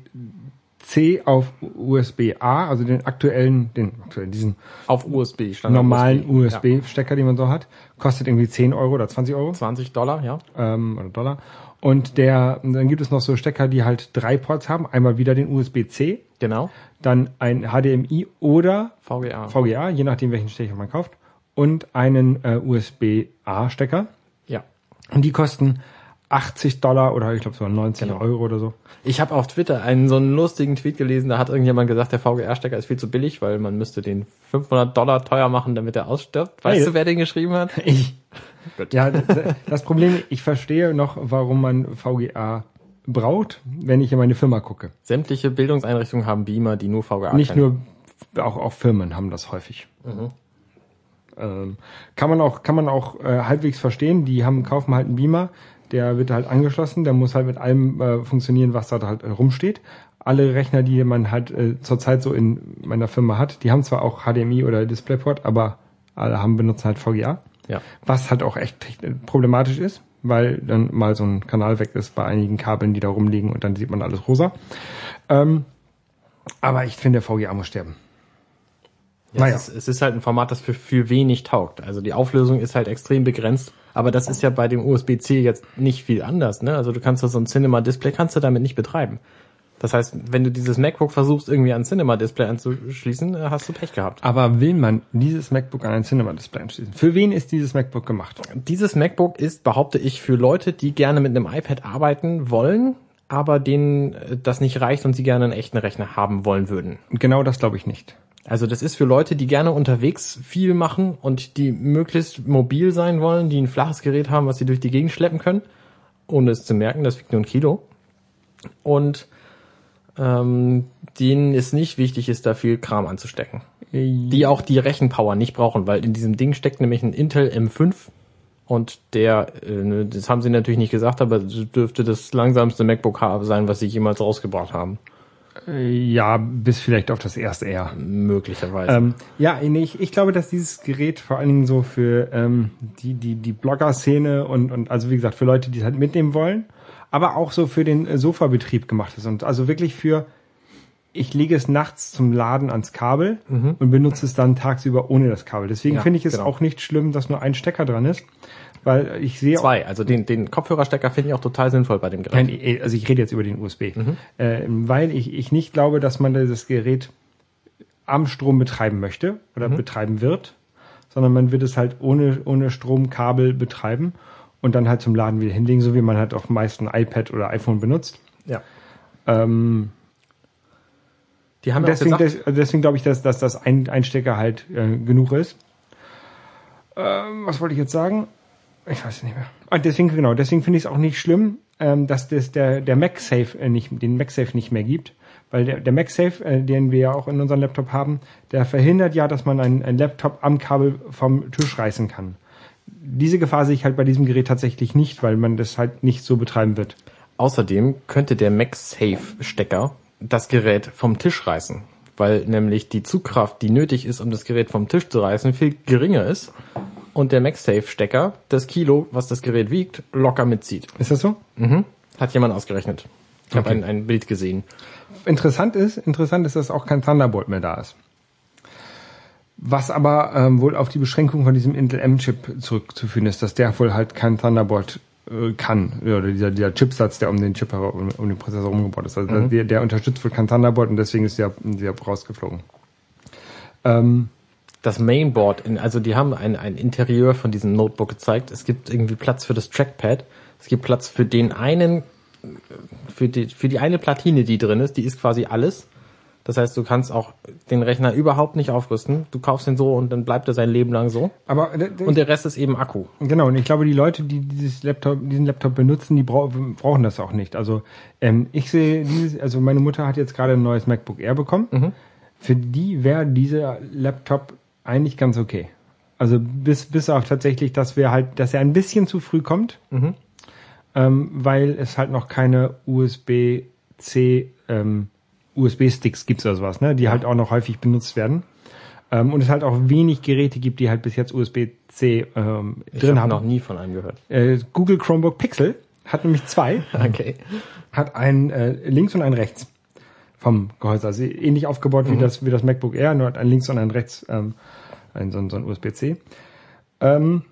C auf USB A, also den aktuellen, den aktuellen, diesen Auf USB stand normalen Ja. USB-Stecker, den man so hat, kostet irgendwie 10 Euro oder 20 Euro 20 Dollar, ja. ähm, oder Dollar. Und der, dann gibt es noch so Stecker, die halt drei Ports haben. Einmal wieder den USB-C, Genau. dann ein HDMI oder VGA. VGA, je nachdem welchen Stecker man kauft, und einen äh, USB-A-Stecker. ja. Und die kosten 80 Dollar oder ich glaube sogar 90 Genau. Euro oder so. Ich habe auf Twitter einen so einen lustigen Tweet gelesen, da hat irgendjemand gesagt, der VGR-Stecker ist viel zu billig, weil man müsste den 500 Dollar teuer machen, damit er ausstirbt. Weißt Hey. du, wer den geschrieben hat? Ich. Ja, d- das Problem, ich verstehe noch, warum man VGA braucht, wenn ich in meine Firma gucke. Sämtliche Bildungseinrichtungen haben Beamer, die nur VGA Nicht können. nur, auch, auch Firmen haben das häufig. Ähm, kann man auch, kann man auch äh, halbwegs verstehen. Die haben, kaufen halt einen Beamer, der wird halt angeschlossen, der muss halt mit allem äh, funktionieren, was da halt äh, rumsteht. Alle Rechner, die man halt äh, zurzeit so in meiner Firma hat, die haben zwar auch HDMI oder DisplayPort, aber alle haben benutzen halt VGA. Ja. Was halt auch echt techn- problematisch ist, weil dann mal so ein Kanal weg ist bei einigen Kabeln, die da rumliegen und dann sieht man alles rosa. Ähm, aber ich finde, der VGA muss sterben. Ja, Naja. es, ist, es ist halt ein Format, das für, für wenig taugt. Also die Auflösung ist halt extrem begrenzt. Aber das ist ja bei dem USB-C jetzt nicht viel anders. Ne? Also du kannst das so ein Cinema-Display kannst du damit nicht betreiben. Das heißt, wenn du dieses MacBook versuchst, irgendwie an Cinema-Display anzuschließen, äh, hast du Pech gehabt. Aber will man dieses MacBook an ein Cinema-Display anschließen? Für wen ist dieses MacBook gemacht? Dieses MacBook ist, behaupte ich, für Leute, die gerne mit einem iPad arbeiten wollen, aber denen äh, das nicht reicht und sie gerne einen echten Rechner haben wollen würden. Genau das glaube ich nicht. Also das ist für Leute, die gerne unterwegs viel machen und die möglichst mobil sein wollen, die ein flaches Gerät haben, was sie durch die Gegend schleppen können, ohne es zu merken, das wiegt nur ein Kilo. Und ähm, denen es nicht wichtig ist, da viel Kram anzustecken. Die auch die Rechenpower nicht brauchen, weil in diesem Ding steckt nämlich ein Intel M5 und der, äh, ne, das haben sie natürlich nicht gesagt, aber das dürfte das langsamste MacBook sein, was sie jemals rausgebracht haben. Äh, Ja, bis vielleicht auf das erste R. Möglicherweise. Ähm, ja, nee, ich, ich glaube, dass dieses Gerät vor allen Dingen so für ähm, die, die, die Blogger-Szene und, und also wie gesagt, für Leute, die es halt mitnehmen wollen, aber auch so für den äh, Sofabetrieb gemacht ist. Und also wirklich für, ich lege es nachts zum Laden ans Kabel und benutze es dann tagsüber ohne das Kabel. Deswegen Mhm. Ja, finde ich es genau. auch nicht schlimm, dass nur ein Stecker dran ist, weil ich sehe Zwei, also den, den Kopfhörerstecker finde ich auch total sinnvoll bei dem Gerät. Nein, eh, also ich rede jetzt über den USB. Ähm, weil ich, ich nicht glaube, dass man das Gerät am Strom betreiben möchte oder betreiben wird, sondern man wird es halt ohne, ohne Stromkabel betreiben und dann halt zum Laden wieder hinlegen, so wie man halt auch meist ein iPad oder iPhone benutzt. Ja. Ähm, Die haben ja auch deswegen gesagt, des, also deswegen glaube ich, dass, dass das ein, Einstecker halt äh, genug ist. Ähm, was wollte ich jetzt sagen? Ich weiß es nicht mehr. Und deswegen, genau, deswegen finde ich es auch nicht schlimm, ähm, dass das der, der MagSafe äh, nicht, den MagSafe nicht mehr gibt. Weil der, der MagSafe, äh, den wir ja auch in unserem Laptop haben, der verhindert ja, dass man einen, einen Laptop am Kabel vom Tisch reißen kann. Diese Gefahr sehe ich halt bei diesem Gerät tatsächlich nicht, weil man das halt nicht so betreiben wird. außerdem könnte der MagSafe-Stecker das Gerät vom Tisch reißen, weil nämlich die Zugkraft, die nötig ist, um das Gerät vom Tisch zu reißen, viel geringer ist und der MagSafe-Stecker das Kilo, was das Gerät wiegt, locker mitzieht. Ist das so? Hat jemand ausgerechnet. Ich habe Okay. ein, ein Bild gesehen. interessant ist, interessant ist, dass auch kein Thunderbolt mehr da ist. Was aber ähm, wohl auf die Beschränkung von diesem Intel M-Chip zurückzuführen ist, dass der wohl halt kein Thunderbolt äh, kann. Ja, Oder dieser, dieser Chipsatz, der um den Chip herum- um, um den Prozessor rumgebaut ist. Also der, der unterstützt wohl kein Thunderbolt und deswegen ist der, der rausgeflogen. Ähm, Das Mainboard, in, also die haben ein, ein Interieur von diesem Notebook gezeigt. Es gibt irgendwie Platz für das Trackpad. Es gibt Platz für den einen, für die, für die eine Platine, die drin ist. Die ist quasi alles. Das heißt, du kannst auch den Rechner überhaupt nicht aufrüsten. Du kaufst ihn so und dann bleibt er sein Leben lang so. aber d- d- Und der Rest ist eben Akku. Genau, und ich glaube, die Leute, die dieses Laptop, diesen Laptop benutzen, die brau brauchen das auch nicht. Also ähm, ich sehe dieses, also meine Mutter hat jetzt gerade ein neues MacBook Air bekommen. Für die wäre dieser Laptop eigentlich ganz okay. Also bis, bis auf tatsächlich, dass wir halt, dass er ein bisschen zu früh kommt, Mhm. ähm, weil es halt noch keine USB-C ähm, USB-Sticks gibt oder sowas, ne? Die halt auch noch häufig benutzt werden. Ähm, und es halt auch wenig Geräte gibt, die halt bis jetzt USB-C ähm, Ich drin hab haben. noch nie von einem gehört. Äh, Google Chromebook Pixel hat nämlich zwei Okay. hat einen äh, links und einen rechts vom Gehäuse. Also ähnlich aufgebaut wie, das, wie das MacBook Air, nur hat einen links und einen rechts, ähm, ein, so, ein- so ein USB-C. Ähm,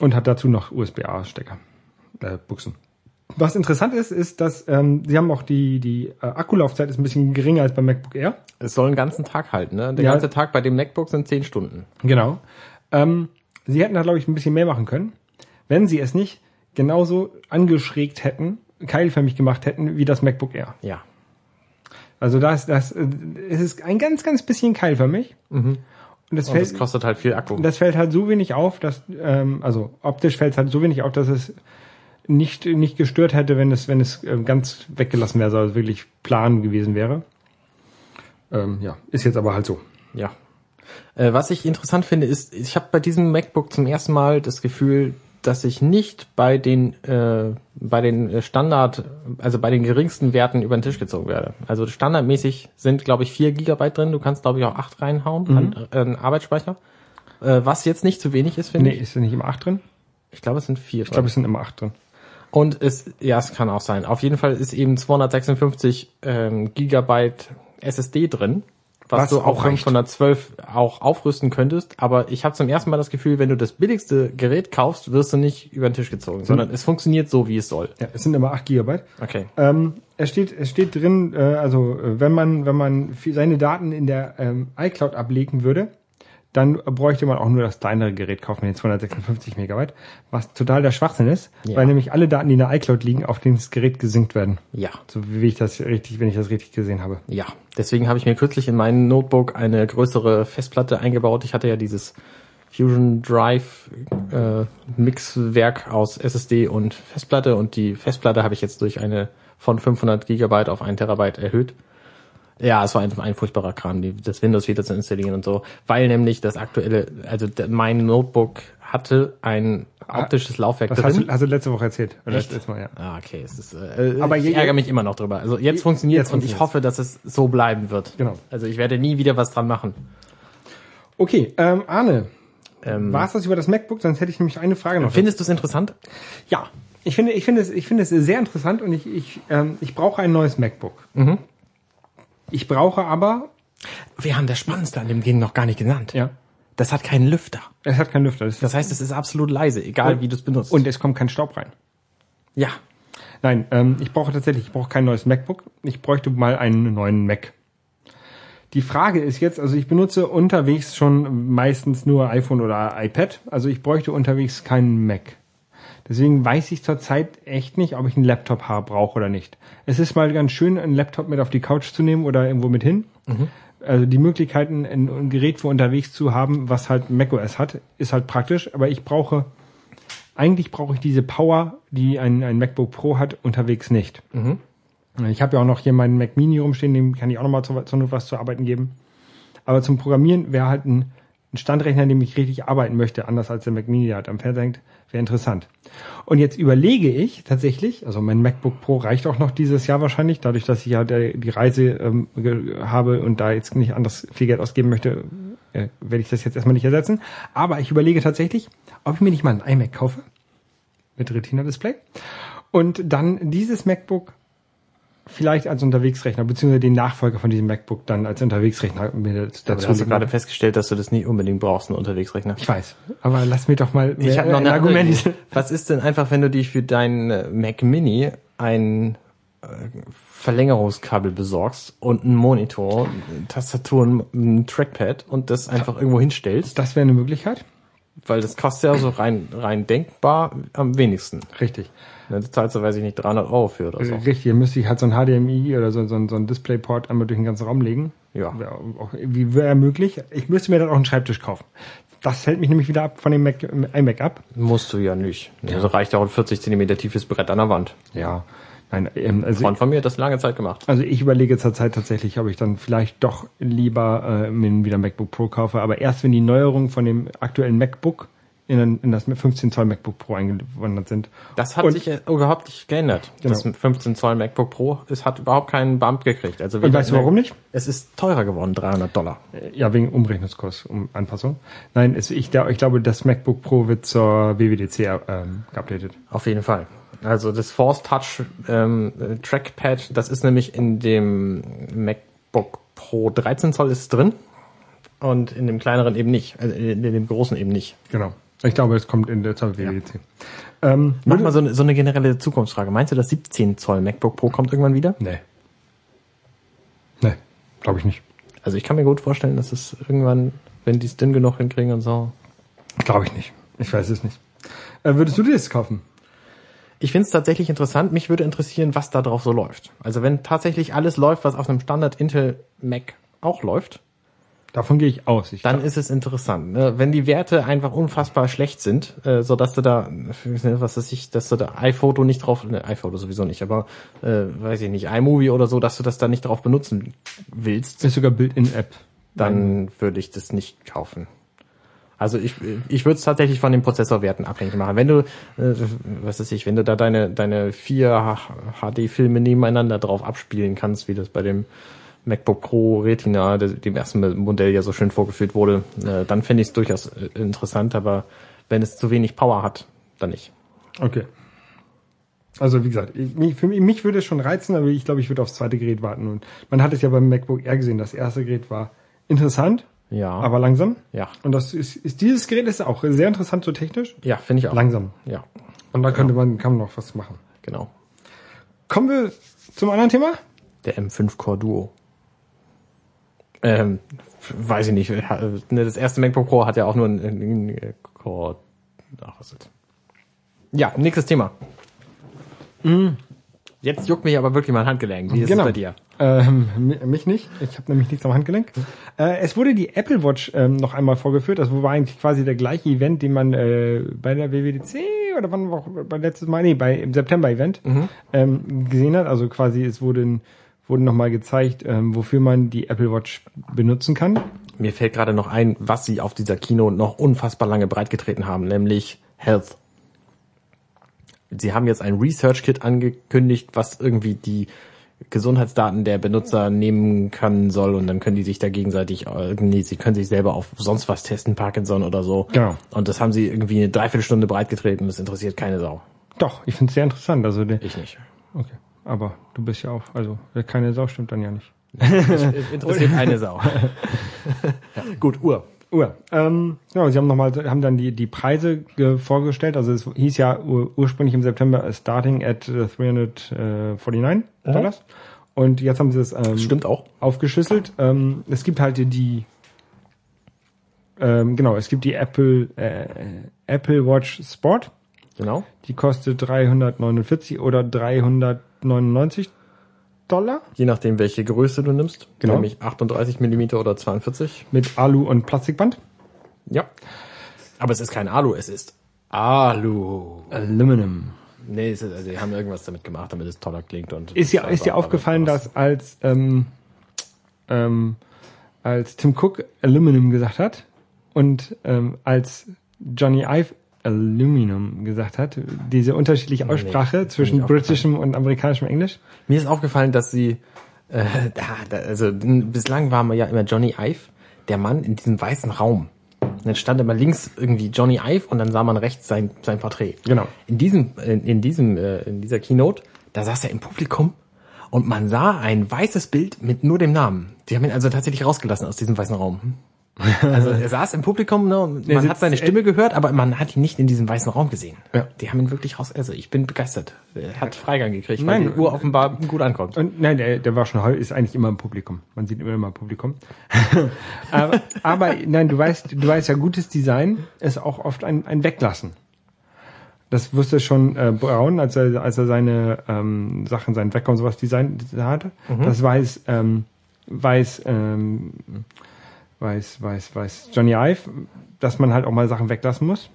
und hat dazu noch USB-A-Stecker, äh, Buchsen. Was interessant ist, ist, dass ähm, sie haben auch die, die äh, Akkulaufzeit ist ein bisschen geringer als beim MacBook Air. Es soll einen ganzen Tag halten, ne? Der Ja. ganze Tag bei dem MacBook sind 10 Stunden. Genau. Ähm, sie hätten da, glaube ich, ein bisschen mehr machen können, wenn sie es nicht genauso angeschrägt hätten, keilförmig gemacht hätten, wie das MacBook Air. Ja. Also das, das, äh, es ist ein ganz, ganz bisschen Keil für mich. Und das Und Mhm. das fällt, kostet halt viel Akku. das fällt halt so wenig auf, dass, ähm, also optisch fällt es halt so wenig auf, dass es nicht, nicht gestört hätte, wenn es, wenn es ähm, ganz weggelassen wäre, also wirklich plan gewesen wäre. Ähm, ja, ist jetzt aber halt so. Ja. Äh, was ich interessant finde, ist, ich habe bei diesem MacBook zum ersten Mal das Gefühl, dass ich nicht bei den äh, bei den äh, Standard, also bei den geringsten Werten über den Tisch gezogen werde. Also standardmäßig sind, glaube ich, 4 GB drin. Du kannst, glaube ich, auch 8 reinhauen Mhm. an, äh, an Arbeitsspeicher. Äh, was jetzt nicht zu wenig ist, finde Nee, ich. ist da nicht immer acht drin? Ich glaube, es sind 4. Ich glaube, es sind immer acht drin. Und es, ja, es kann auch sein. Auf jeden Fall ist eben 256 ähm, Gigabyte SSD drin, was, Was du auch auch reicht. 512 auch aufrüsten könntest. Aber ich habe zum ersten Mal das Gefühl, wenn du das billigste Gerät kaufst, wirst du nicht über den Tisch Hm. gezogen, sondern es funktioniert so, wie es soll. Ja, es sind immer acht Gigabyte. Okay. Ähm, es steht, es steht drin, äh, also äh, wenn man, wenn man fi- seine Daten in der ähm, iCloud ablegen würde, dann bräuchte man auch nur das kleinere Gerät kaufen, den 256 Megabyte, was total der Schwachsinn ist, Ja. weil nämlich alle Daten, die in der iCloud liegen, auf das Gerät gesynkt werden. Ja. So wie ich das richtig, wenn ich das richtig gesehen habe. Ja. Deswegen habe ich mir kürzlich in meinen Notebook eine größere Festplatte eingebaut. Ich hatte ja dieses Fusion Drive äh, Mixwerk aus SSD und Festplatte und die Festplatte habe ich jetzt durch eine von 500 Gigabyte auf 1 Terabyte erhöht. Ja, es war einfach ein furchtbarer Kram, die, das Windows wieder zu installieren und so, weil nämlich das aktuelle, also d- mein Notebook hatte ein optisches Laufwerk Das hast drin. du, hast du letzte Woche erzählt. Oder Echt? letztes Mal, ja. Ah, okay, es ist, äh, Aber Aber ich je- ärgere mich immer noch drüber. Also jetzt funktioniert jetzt und ich funktioniert's. hoffe, dass es so bleiben wird. Genau. Also ich werde nie wieder was dran machen. Okay, ähm, Arne, war es das über das MacBook? Sonst hätte ich nämlich eine Frage noch. Ähm, Findest du es interessant? Ja, ich finde, ich finde es, ich finde es sehr interessant und ich, ich, ähm, ich brauche ein neues MacBook. Ich brauche aber, Wir haben das Spannendste an dem Ding noch gar nicht genannt. ja, Das hat keinen Lüfter. es hat keinen Lüfter. Das ist Das heißt, es ist absolut leise, egal wie du es benutzt. und es kommt kein Staub rein. ja, Nein, ähm, ich brauche tatsächlich, ich brauche kein neues MacBook. Ich bräuchte mal einen neuen Mac. Die Frage ist jetzt, also ich benutze unterwegs schon meistens nur iPhone oder iPad. Also ich bräuchte unterwegs keinen Mac. Deswegen weiß ich zurzeit echt nicht, ob ich einen Laptop habe, brauche oder nicht. Es ist mal ganz schön, einen Laptop mit auf die Couch zu nehmen oder irgendwo mit hin. Also die Möglichkeiten, ein, ein Gerät für unterwegs zu haben, was halt macOS hat, ist halt praktisch. Aber ich brauche eigentlich brauche ich diese Power, die ein, ein MacBook Pro hat, unterwegs nicht. Ich habe ja auch noch hier meinen Mac Mini rumstehen, dem kann ich auch nochmal zur, zur Not was zu arbeiten geben. Aber zum Programmieren wäre halt ein, ein Standrechner, an dem ich richtig arbeiten möchte, anders als der Mac Mini, der halt am Fernseher hängt, wäre interessant. Und jetzt überlege ich tatsächlich, also mein MacBook Pro reicht auch noch dieses Jahr wahrscheinlich, dadurch, dass ich ja der, die Reise ähm, ge- habe und da jetzt nicht anders viel Geld ausgeben möchte, äh, werde ich das jetzt erstmal nicht ersetzen. Aber ich überlege tatsächlich, ob ich mir nicht mal ein iMac kaufe mit Retina-Display. Und dann dieses MacBook vielleicht als Unterwegsrechner, beziehungsweise den Nachfolger von diesem MacBook dann als Unterwegsrechner um mir du dazu hast du legen. gerade festgestellt, dass du das nicht unbedingt brauchst, einen Unterwegsrechner. Ich weiß, aber lass mir doch mal Ich mehr- äh, habe noch ein ein Argument. Argument. Was ist denn einfach, wenn du dich für deinen äh, Mac Mini ein äh, Verlängerungskabel besorgst und einen Monitor, eine Tastatur, ein- ein Trackpad und das einfach irgendwo hinstellst, Das wäre eine Möglichkeit. weil das kostet ja so rein rein denkbar am wenigsten. Richtig. Ne, Du zahlst da, weiß ich nicht, 300 Euro für oder so. Richtig, hier müsste ich halt so ein HDMI oder so, so, ein- so ein Displayport einmal durch den ganzen Raum legen. Ja. Wär auch, wie wäre möglich? Ich müsste mir dann auch einen Schreibtisch kaufen. Das hält mich nämlich wieder ab von dem Mac, äh, iMac ab. Musst du ja nicht. Ne, Da reicht auch ein 40 Zentimeter tiefes Brett an der Wand. Ja. Nein, ähm, also, Freund von mir hat das lange Zeit gemacht. also ich überlege zurzeit tatsächlich, ob ich dann vielleicht doch lieber äh, mir wieder ein MacBook Pro kaufe, aber erst wenn die Neuerungen von dem aktuellen MacBook in, ein- in das 15 Zoll MacBook Pro eingewandert sind. Das hat Und- sich äh, überhaupt nicht geändert. Genau. Das 15 Zoll MacBook Pro, es hat überhaupt keinen Bump gekriegt. Also Und weißt du warum nicht? Es ist teurer geworden, 300 Dollar. Ja, wegen Umrechnungskurs, um Anpassung. Nein, es, ich, da- ich glaube, das MacBook Pro wird zur WWDC ähm, geupdatet. Auf jeden Fall. Also das Force Touch ähm, äh, Trackpad, das ist nämlich in dem MacBook Pro 13 Zoll ist drin und in dem kleineren eben nicht, also in in dem großen eben nicht. Genau. Ich glaube, es kommt in der zur WWDC. Ähm, Mach mal so eine, so eine generelle Zukunftsfrage. Meinst du, das 17 Zoll MacBook Pro kommt irgendwann wieder? nee. Nee, glaube ich nicht. Also ich kann mir gut vorstellen, dass es irgendwann, wenn die es dünn genug hinkriegen und so. Glaube ich nicht. Ich weiß es nicht. Äh, würdest du dir das kaufen? Ich finde es tatsächlich interessant. Mich würde interessieren, was da drauf so läuft. Also wenn tatsächlich alles läuft, was auf einem Standard Intel Mac auch läuft, Davon gehe ich aus. Ich dann ist es interessant. Ne? Wenn die Werte einfach unfassbar schlecht sind, äh, so dass du da, was weiß ich, dass du da iPhoto nicht drauf, ne, iPhoto sowieso nicht, aber äh, weiß ich nicht, iMovie oder so, dass du das da nicht drauf benutzen willst, ist sogar Build-in-App. dann würde ich das nicht kaufen. Also ich, ich würde es tatsächlich von den Prozessorwerten abhängig machen. Wenn du, äh, was weiß ich, wenn du da deine, deine vier HD-Filme nebeneinander drauf abspielen kannst, wie das bei dem MacBook Pro Retina, des- dem ersten Modell ja so schön vorgeführt wurde, äh, dann fände ich es durchaus äh, interessant, aber wenn es zu wenig Power hat, dann nicht. Okay. Also wie gesagt, ich, mich, für mich, mich würde es schon reizen, aber ich glaube, ich würde aufs zweite Gerät warten. Und man hat es ja beim MacBook Air gesehen. Das erste Gerät war interessant, Ja. aber langsam. Ja. Und das ist, ist dieses Gerät ist auch sehr interessant so technisch. Ja, finde ich auch. Langsam. Ja, Und da könnte man kann man noch was machen. genau. Kommen wir zum anderen Thema. Der M5 Core Duo. Ähm, weiß ich nicht. ha- ne, Das erste MacBook Pro hat ja auch nur einen, einen äh, Core. Ach, was ist Ja, nächstes Thema. Jetzt juckt mich aber wirklich mein Handgelenk. Wie ist es bei dir? Genau. Ähm, mi- mich nicht. Ich habe nämlich nichts am Handgelenk. Äh, es wurde die Apple Watch ähm, noch einmal vorgeführt. Das war eigentlich quasi der gleiche Event, den man äh, bei der WWDC oder wann war auch beim letzten Mal, nee, bei, im September-Event Mhm. ähm, gesehen hat. Also quasi es wurde, wurde nochmal gezeigt, ähm, wofür man die Apple Watch benutzen kann. Mir fällt gerade noch ein, was sie auf dieser Kino noch unfassbar lange breitgetreten haben, nämlich Health. Sie haben jetzt ein Research Kit angekündigt, was irgendwie die Gesundheitsdaten der Benutzer nehmen können soll und dann können die sich da gegenseitig, äh, nee, sie können sich selber auf sonst was testen, Parkinson oder so. Genau. Und das haben sie irgendwie eine Dreiviertelstunde breitgetreten, das interessiert keine Sau. Doch, ich finde es sehr interessant. Also der, Ich nicht. okay. Aber du bist ja auch, also wer keine Sau stimmt dann ja nicht. Interessiert eine Sau. Gut, Uhr. Uhr. Ähm, genau, sie haben nochmal, haben dann die, die Preise ge- vorgestellt. Also es hieß ja ur, ursprünglich im September äh, starting at äh, 349 Dollars. Und jetzt haben sie es ähm, Stimmt auch. aufgeschlüsselt. Ähm, es gibt halt die, ähm, genau, es gibt die Apple, äh, Apple Watch Sport. Genau. Die kostet 349 oder 399 Dollar Je nachdem, welche Größe du nimmst. Genau. Nämlich 38 Millimeter oder 42. mit Alu und Plastikband. Ja. Aber es ist kein Alu, es ist Alu. Aluminum. Nee, es ist, also die haben irgendwas damit gemacht, damit es toller klingt. Und Ist ja, ist dir aufgefallen, dass als, ähm, ähm, als Tim Cook Aluminum gesagt hat und ähm, als Johnny Ive Aluminum gesagt hat, diese unterschiedliche Aussprache ist mir zwischen nicht aufgefallen. britischem und amerikanischem Englisch. Mir ist aufgefallen, dass sie... Äh, da, da, also n- bislang war man ja immer Johnny Ive, der Mann in diesem weißen Raum. Und dann stand immer links irgendwie Johnny Ive und dann sah man rechts sein, sein Porträt. Genau. In diesem, in, in diesem, äh, in dieser Keynote, da saß er im Publikum und man sah ein weißes Bild mit nur dem Namen. Die haben ihn also tatsächlich rausgelassen aus diesem weißen Raum. Also er saß im Publikum, ne, und man hat sitzt- seine Stimme gehört, aber man hat ihn nicht in diesem weißen Raum gesehen. Ja. Die haben ihn wirklich raus. Also ich bin begeistert. Er hat Freigang gekriegt, Nein, weil die Uhr offenbar gut ankommt. Und nein, der, der war schon heu- ist eigentlich immer im Publikum. Man sieht immer immer Publikum. aber, aber nein, du weißt, du weißt ja, gutes Design ist auch oft ein, ein Weglassen. Das wusste schon äh, Brown, als er, als er seine ähm, Sachen, seinen Wecker und sowas designt hatte. Das weiß, ähm, weiß, ähm, weiß, weiß, weiß Johnny Ive, dass man halt auch mal Sachen weglassen muss.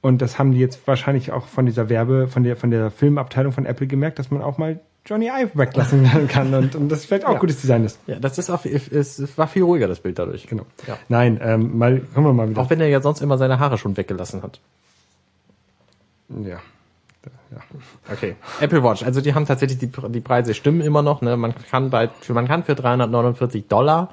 Und das haben die jetzt wahrscheinlich auch von dieser Werbe, von der, von der Filmabteilung von Apple gemerkt, dass man auch mal Johnny Ive weglassen kann und, und das vielleicht auch Ja. gutes Design ist. Ja, das ist auch, es war viel ruhiger, das Bild dadurch. Genau. Ja. Nein, ähm, mal, hören wir mal wieder. Auch wenn er ja sonst immer seine Haare schon weggelassen hat. ja. ja. Okay. Apple Watch, also die haben tatsächlich, die, die Preise stimmen immer noch. Ne? Man, kann bei, man kann für 349 Dollar,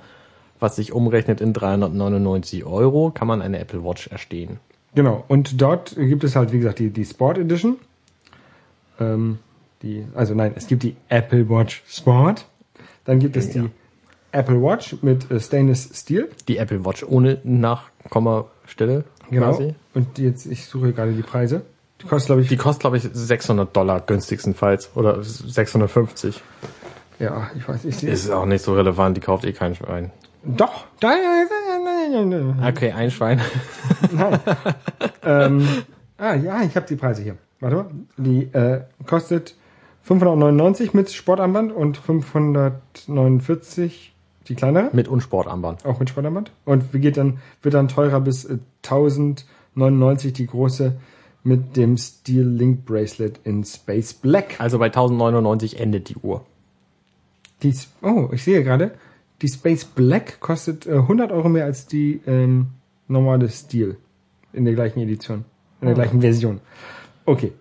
was sich umrechnet in 399 Euro, kann man eine Apple Watch erstehen. Genau. Und dort gibt es halt, wie gesagt, die, die Sport Edition. Ähm, die, also nein, es gibt die Apple Watch Sport. Dann gibt es die Apple Watch mit äh, Stainless Steel. Die Apple Watch ohne Nachkommastelle quasi. Genau. Und die jetzt, ich suche gerade die Preise. Die kostet, glaube ich, Genau. Die kostet, glaube ich, 600 Dollar günstigstenfalls oder 650. ja, ich weiß nicht. Ist auch nicht so relevant, die kauft eh kein Schwein. Doch. Da, nein. Okay, ein Schwein. ähm, ah, ja, ich habe die Preise hier. Warte mal. Die äh, kostet 599 mit Sportarmband und 549 die kleinere. Mit Unsportarmband. Auch mit Sportarmband. Und wie geht dann, wird dann teurer bis äh, 1099 die große mit dem Steel Link Bracelet in Space Black. Also bei 1099 endet die Uhr. Die, S- oh, ich sehe gerade, die Space Black kostet äh, 100 Euro mehr als die ähm, normale Steel in der gleichen Edition, in der Oh. gleichen Version. Okay.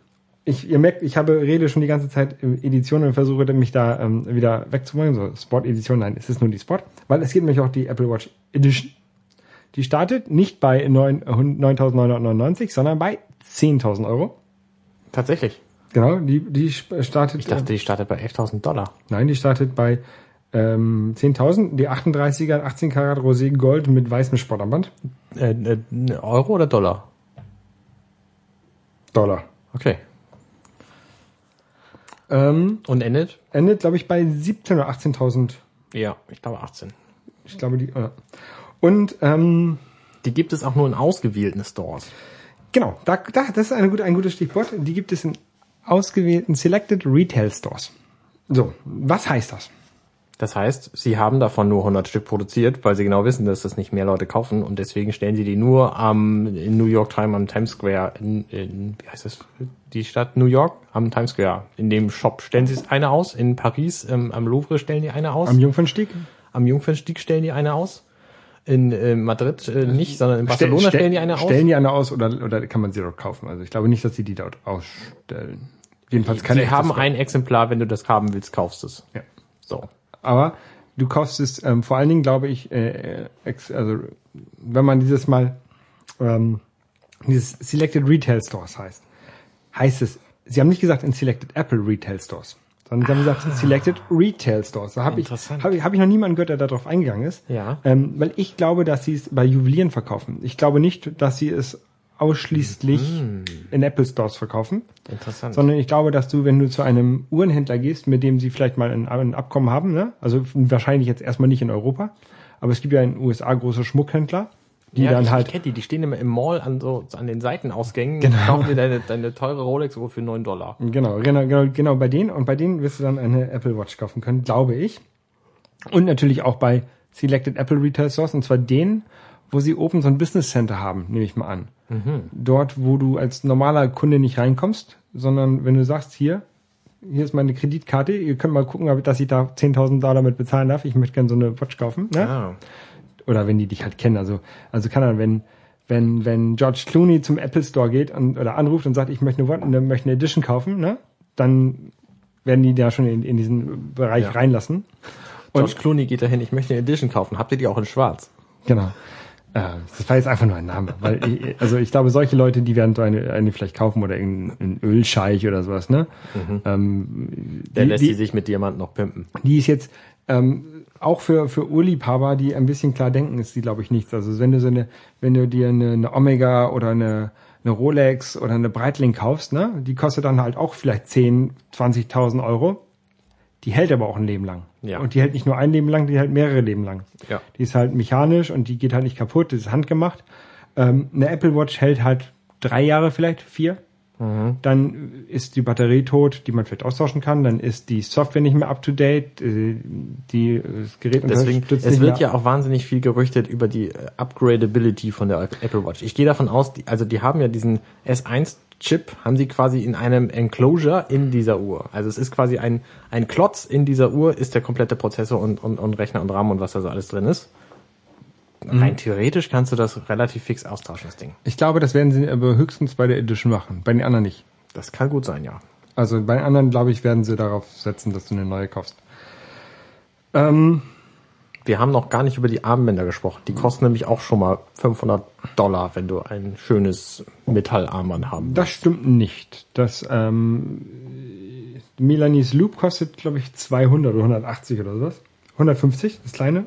Ich, ihr merkt, ich habe rede schon die ganze Zeit äh, Edition und versuche dann mich da ähm, wieder wegzubringen. So Sport Edition, nein, es ist nur die Sport, weil es geht nämlich auch die Apple Watch Edition. Die startet nicht bei 9 9.999, sondern bei 10.000 Euro. Tatsächlich. Genau, die, die sp- startet. Ich dachte, die startet bei 11.000 Dollar. Nein, die startet bei ähm, 10.000. Die 38er, in 18 Karat Rosé Gold mit weißem Sportarmband. Äh, äh, Euro oder Dollar? Dollar. Okay. Ähm, Und endet? endet, glaube ich, bei 17.000 oder 18.000. Ja, ich glaube 18. Ich glaube, die... Äh. Und ähm, Die gibt es auch nur in ausgewählten Stores. genau, da, da, das ist eine gute, ein gutes Stichwort. Die gibt es in ausgewählten Selected Retail Stores. So, was heißt das? Das heißt, sie haben davon nur 100 Stück produziert, weil sie genau wissen, dass das nicht mehr Leute kaufen und deswegen stellen sie die nur am in New York Time am Times Square in, in wie heißt das die Stadt New York am Times Square in dem Shop stellen sie eine aus in Paris ähm, am Louvre stellen die eine aus Am am, Jungfernstieg? Jungfernstieg stellen die eine aus in äh, Madrid äh, nicht sondern in Barcelona Stell- stellen die eine aus Stellen die eine aus oder, oder kann man sie dort kaufen? Also ich glaube nicht, dass sie die dort ausstellen. Jedenfalls kann sie ich haben das- ein Exemplar wenn du das haben willst kaufst es Ja. so aber du kaufst es ähm, vor allen Dingen, glaube ich, äh, ex also wenn man dieses Mal ähm, dieses Selected Retail Stores heißt, heißt es, sie haben nicht gesagt in Selected Apple Retail Stores, sondern sie haben gesagt Selected Retail Stores. Da habe ich, Ah. Interessant. hab ich, hab ich noch niemanden gehört, der darauf eingegangen ist. Ja. Ähm, weil ich glaube, dass sie es bei Juwelieren verkaufen. Ich glaube nicht, dass sie es ausschließlich Hm. in Apple Stores verkaufen interessant sondern ich glaube, dass du, wenn du zu einem Uhrenhändler gehst, mit dem sie vielleicht mal ein, ein Abkommen haben, ne? also wahrscheinlich jetzt erstmal nicht in Europa, aber es gibt ja in den USA große Schmuckhändler, die ja, dann ich, halt, Ich kenn die, die stehen immer im Mall an so an den Seitenausgängen genau. und kaufen dir deine, deine teure Rolex Uhr für 9 Dollar. genau, genau, genau, genau bei denen und bei denen wirst du dann eine Apple Watch kaufen können, glaube ich. Und natürlich auch bei Selected Apple Retail Stores, und zwar denen, wo sie oben so ein Business Center haben, nehme ich mal an. Dort, wo du als normaler Kunde nicht reinkommst, sondern wenn du sagst, hier, hier ist meine Kreditkarte, ihr könnt mal gucken, ob- dass ich da 10.000 Dollar mit bezahlen darf, ich möchte gerne so eine Watch kaufen. Ne? Ah. oder wenn die dich halt kennen. Also, also kann er, wenn, wenn, wenn George Clooney zum Apple Store geht und, oder anruft und sagt, ich möchte eine, Watch- eine, möchte eine Edition kaufen, ne? dann werden die da schon in, in diesen Bereich Ja. reinlassen. George Clooney geht dahin, ich möchte eine Edition kaufen. Habt ihr die auch in schwarz? Genau. Äh, das war jetzt einfach nur ein Name. Weil ich, also ich glaube, solche Leute, die werden so eine, eine vielleicht kaufen oder irgendeinen Ölscheich oder sowas, ne? Der Die- lässt die- die sich mit Diamanten noch pimpen. die ist jetzt ähm, auch für für Urliebhaber, die ein bisschen klar denken, ist die glaube ich nichts. Also wenn du so eine, wenn du dir eine, eine Omega oder eine eine Rolex oder eine Breitling kaufst, ne, die kostet dann halt auch vielleicht 10, 20.000 Euro. Die hält aber auch ein Leben lang. Ja. Und die hält nicht nur ein Leben lang, die hält mehrere Leben lang. Ja. Die ist halt mechanisch und die geht halt nicht kaputt, das ist handgemacht. Ähm, eine Apple Watch hält halt drei Jahre vielleicht, vier. dann ist die Batterie tot, die man vielleicht austauschen kann, dann ist die Software nicht mehr up to date, äh, die, das Gerät Deswegen, unterstützt es nicht wird mehr. ja auch wahnsinnig viel gerüchtet über die äh, Upgradability von der Apple Watch. Ich gehe davon aus, die, also die haben ja diesen S1-Chip, haben sie quasi in einem Enclosure in dieser Uhr. Also es ist quasi ein, ein Klotz in dieser Uhr, ist der komplette Prozessor und, und, und Rechner und RAM und was da so alles drin ist. Rein theoretisch kannst du das relativ fix austauschen, das Ding. Ich glaube, das werden sie aber höchstens bei der Edition machen, bei den anderen nicht. Das kann gut sein, ja. Also bei den anderen, glaube ich, werden sie darauf setzen, dass du eine neue kaufst. Ähm, Wir haben noch gar nicht über die Armbänder gesprochen. Die kosten nämlich auch schon mal 500 Dollar, wenn du ein schönes Metallarmband haben das stimmt nicht. Das ähm, Milanese Loop kostet, glaube ich, 200 oder 180 oder sowas. 150, das kleine.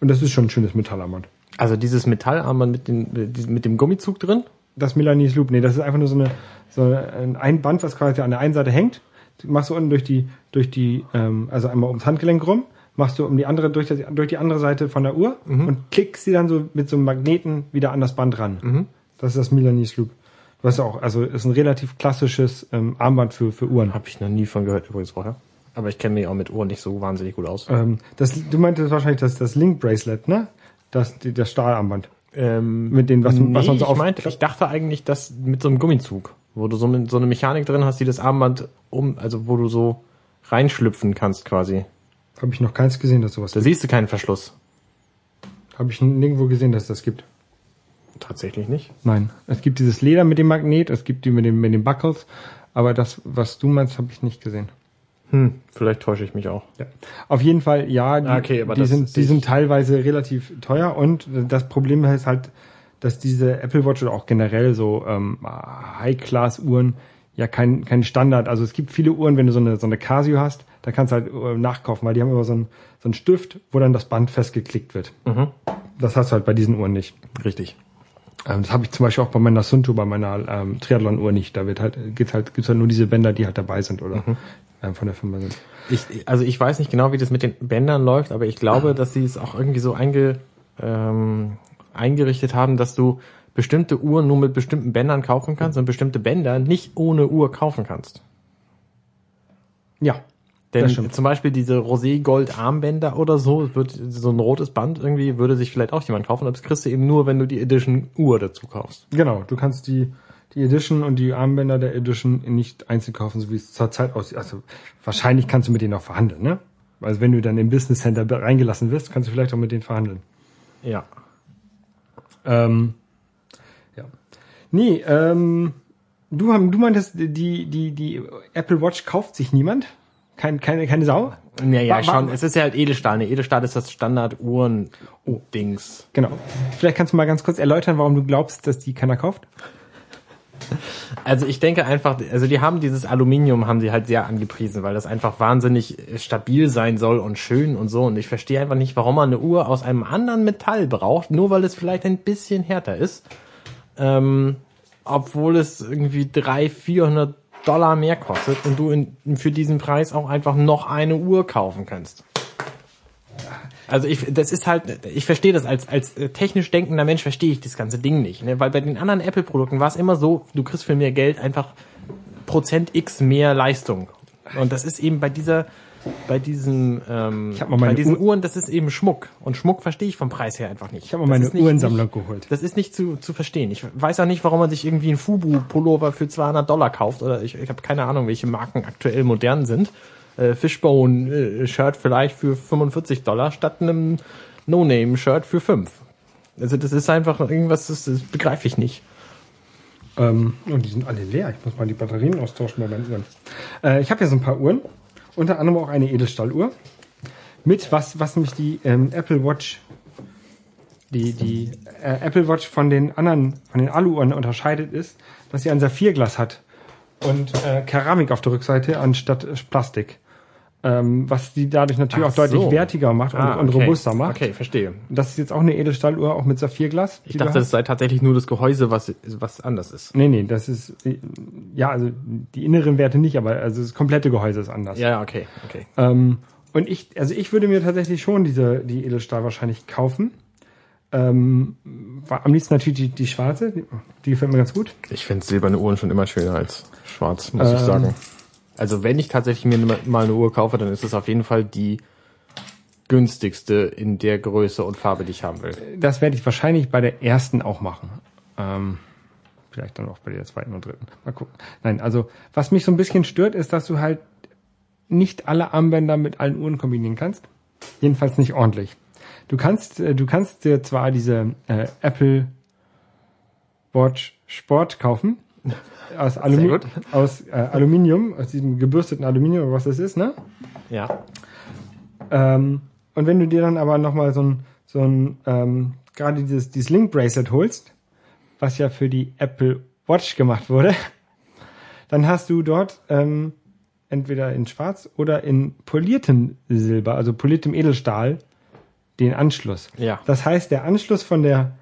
Und das ist schon ein schönes Metallarmband. Also dieses Metallarmband mit, den, äh, diesem- mit dem Gummizug drin? das Milanese Loop. Nee, das ist einfach nur so, eine, so ein- ein Band, was quasi an der einen Seite hängt. Du machst du unten durch die, durch die, ähm, also einmal ums Handgelenk rum, machst du um die andere, durch, das, durch die andere Seite von der Uhr und klickst sie dann so mit so einem Magneten wieder an das Band ran. Das ist das Milanese Loop. Was auch, also ist ein relativ klassisches ähm, Armband für, für Uhren. Habe ich noch nie von gehört übrigens vorher. Aber ich kenne mich auch mit Uhren nicht so wahnsinnig gut aus. Ähm, das, du meintest wahrscheinlich das, das Link Bracelet, ne? Das, die- das Stahlarmband. Ähm, Mit dem, was, was man so ich, auf. meinte, ich dachte eigentlich, dass mit so einem Gummizug, wo du so, eine- so eine Mechanik drin hast, die das Armband um, also wo du so reinschlüpfen kannst quasi. Habe ich noch keins gesehen, dass sowas Da gibt. siehst du keinen Verschluss. Habe ich nirgendwo gesehen, dass das gibt. Tatsächlich nicht. Nein. Es gibt dieses Leder mit dem Magnet, es gibt die mit, dem, mit den Buckles, aber das, was du meinst, habe ich nicht gesehen. Hm, vielleicht täusche ich mich auch. Ja. Auf jeden Fall, ja, die, Ah, Okay, aber die, das sind, sehe die ich- sind teilweise relativ teuer und das Problem ist halt, dass diese Apple Watch oder auch generell so ähm, High-Class-Uhren ja kein, kein Standard, also es gibt viele Uhren, wenn du so eine, so eine Casio hast, da kannst du halt äh, nachkaufen, weil die haben immer so einen, so einen Stift, wo dann das Band festgeklickt wird. Mhm. Das hast du halt bei diesen Uhren nicht. Richtig. Ähm, das habe ich zum Beispiel auch bei meiner Sunto, bei meiner ähm, Triathlon-Uhr nicht. Da wird halt, geht's halt, gibt's halt nur diese Bänder, die halt dabei sind oder ähm, von der Firma sind. Ich, also ich weiß nicht genau, wie das mit den Bändern läuft, aber ich glaube, dass sie es auch irgendwie so einge, ähm, eingerichtet haben, dass du bestimmte Uhren nur mit bestimmten Bändern kaufen kannst und bestimmte Bänder nicht ohne Uhr kaufen kannst. Ja. Denn Das stimmt. zum Beispiel diese Rosé-Gold-Armbänder oder so, wird so ein rotes Band irgendwie, würde sich vielleicht auch jemand kaufen, aber das kriegst du eben nur, wenn du die Edition Uhr dazu kaufst. Genau. Du kannst die, die Edition und die Armbänder der Edition nicht einzeln kaufen, so wie es zurzeit aussieht. Also wahrscheinlich kannst du mit denen auch verhandeln, ne? Also wenn du dann im Business Center be- reingelassen wirst, kannst du vielleicht auch mit denen verhandeln. Ja. Ähm, ja. Nee, ähm, du, haben- du meintest, die, die, die Apple Watch kauft sich niemand? Kein, keine, keine Sau? Naja, Wa- wa- schon. Es ist ja halt Edelstahl. Ne? Edelstahl ist das Standard-Uhren-Dings. Genau. Vielleicht kannst du mal ganz kurz erläutern, warum du glaubst, dass die keiner kauft. Also ich denke einfach, also die haben dieses Aluminium, haben sie halt sehr angepriesen, weil das einfach wahnsinnig äh, stabil sein soll und schön und so. Und ich verstehe einfach nicht, warum man eine Uhr aus einem anderen Metall braucht, nur weil es vielleicht ein bisschen härter ist. Ähm, obwohl es irgendwie 300, 400 Dollar mehr kostet und du in, für diesen Preis auch einfach noch eine Uhr kaufen kannst. Also ich, das ist halt, ich verstehe das als als äh, technisch denkender Mensch verstehe ich das ganze Ding nicht, ne? weil bei den anderen Apple-Produkten war es immer so, du kriegst für mehr Geld einfach Prozent x mehr Leistung und das ist eben bei dieser, bei diesem, ähm, hab mal meine bei diesen Uhr- Uhren, das ist eben Schmuck und Schmuck verstehe ich vom Preis her einfach nicht. Ich habe mal meine Uhrensammlung geholt. Das ist nicht zu, zu verstehen. Ich weiß auch nicht, warum man sich irgendwie einen Fubu-Pullover für 200 Dollar kauft. Oder ich, ich habe keine Ahnung, welche Marken aktuell modern sind. Äh, Fishbone-Shirt vielleicht für 45 Dollar statt einem No-Name-Shirt für 5. Also das ist einfach irgendwas, das, das begreife ich nicht. Ähm, und die sind alle leer. Ich muss mal die Batterien austauschen bei meinen Uhren. Äh, ich habe hier so ein paar Uhren. Unter anderem auch eine Edelstahluhr. Mit was, was nämlich die ähm, Apple Watch, die, die äh, Apple Watch von den anderen, von den Alu-Uhren unterscheidet, ist, dass sie ein Saphirglas hat und äh, Keramik auf der Rückseite anstatt äh, Plastik. Ähm, was die dadurch natürlich Ach auch deutlich so. wertiger macht und, und robuster macht. Ah, Okay, verstehe. Das ist jetzt auch eine Edelstahluhr, auch mit Saphirglas. Ich dachte, das sei tatsächlich nur das Gehäuse, was, was anders ist. Nee, nee, das ist, äh, ja, also die inneren Werte nicht, aber also das komplette Gehäuse ist anders. Ja, ja, okay, okay. Ähm, und ich, also ich würde mir tatsächlich schon diese, die Edelstahl wahrscheinlich kaufen. Ähm, war am liebsten natürlich die, die schwarze, die, die gefällt mir ganz gut. Ich finde silberne Uhren schon immer schöner als schwarz, muss ich Ähm. sagen. Also wenn ich tatsächlich mir ne- mal eine Uhr kaufe, dann ist es auf jeden Fall die günstigste in der Größe und Farbe, die ich haben will. Das werde ich wahrscheinlich bei der ersten auch machen. Ähm, vielleicht dann auch bei der zweiten und dritten. Mal gucken. Nein, also was mich so ein bisschen stört, ist, dass du halt nicht alle Armbänder mit allen Uhren kombinieren kannst. Jedenfalls nicht ordentlich. Du kannst, äh, du kannst dir zwar diese äh, Apple Watch Sport kaufen. Aus, Alumi gut. aus äh, Aluminium, aus diesem gebürsteten Aluminium, oder was das ist, ne? Ja. Ähm, und wenn du dir dann aber nochmal so ein, so ein ähm, gerade dieses, dieses Link-Bracelet holst, was ja für die Apple Watch gemacht wurde, dann hast du dort ähm, entweder in schwarz oder in poliertem Silber, also poliertem Edelstahl, den Anschluss. Ja. Das heißt, der Anschluss von der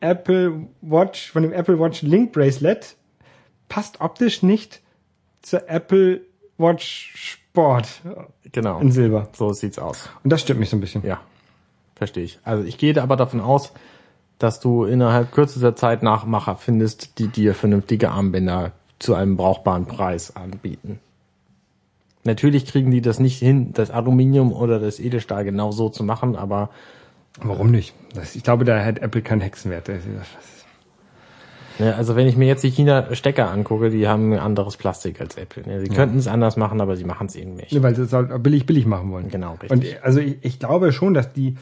Apple Watch, von dem Apple Watch Link Bracelet passt optisch nicht zur Apple Watch Sport Genau. in Silber. So sieht's aus. Und das stört mich so ein bisschen. Ja, verstehe ich. Also ich gehe aber davon aus, dass du innerhalb kürzester Zeit Nachmacher findest, die dir vernünftige Armbänder zu einem brauchbaren Preis anbieten. Natürlich kriegen die das nicht hin, das Aluminium oder das Edelstahl genau so zu machen, aber Warum nicht? Das, ich glaube, da hat Apple keinen Hexenwert. Das- ne, also wenn ich mir jetzt die China-Stecker angucke, die haben ein anderes Plastik als Apple. Ne? Sie könnten es anders machen, aber sie machen es eben nicht. Ne, Weil sie es halt billig, billig machen wollen. Genau, richtig. Und äh, also ich, ich glaube schon, dass die,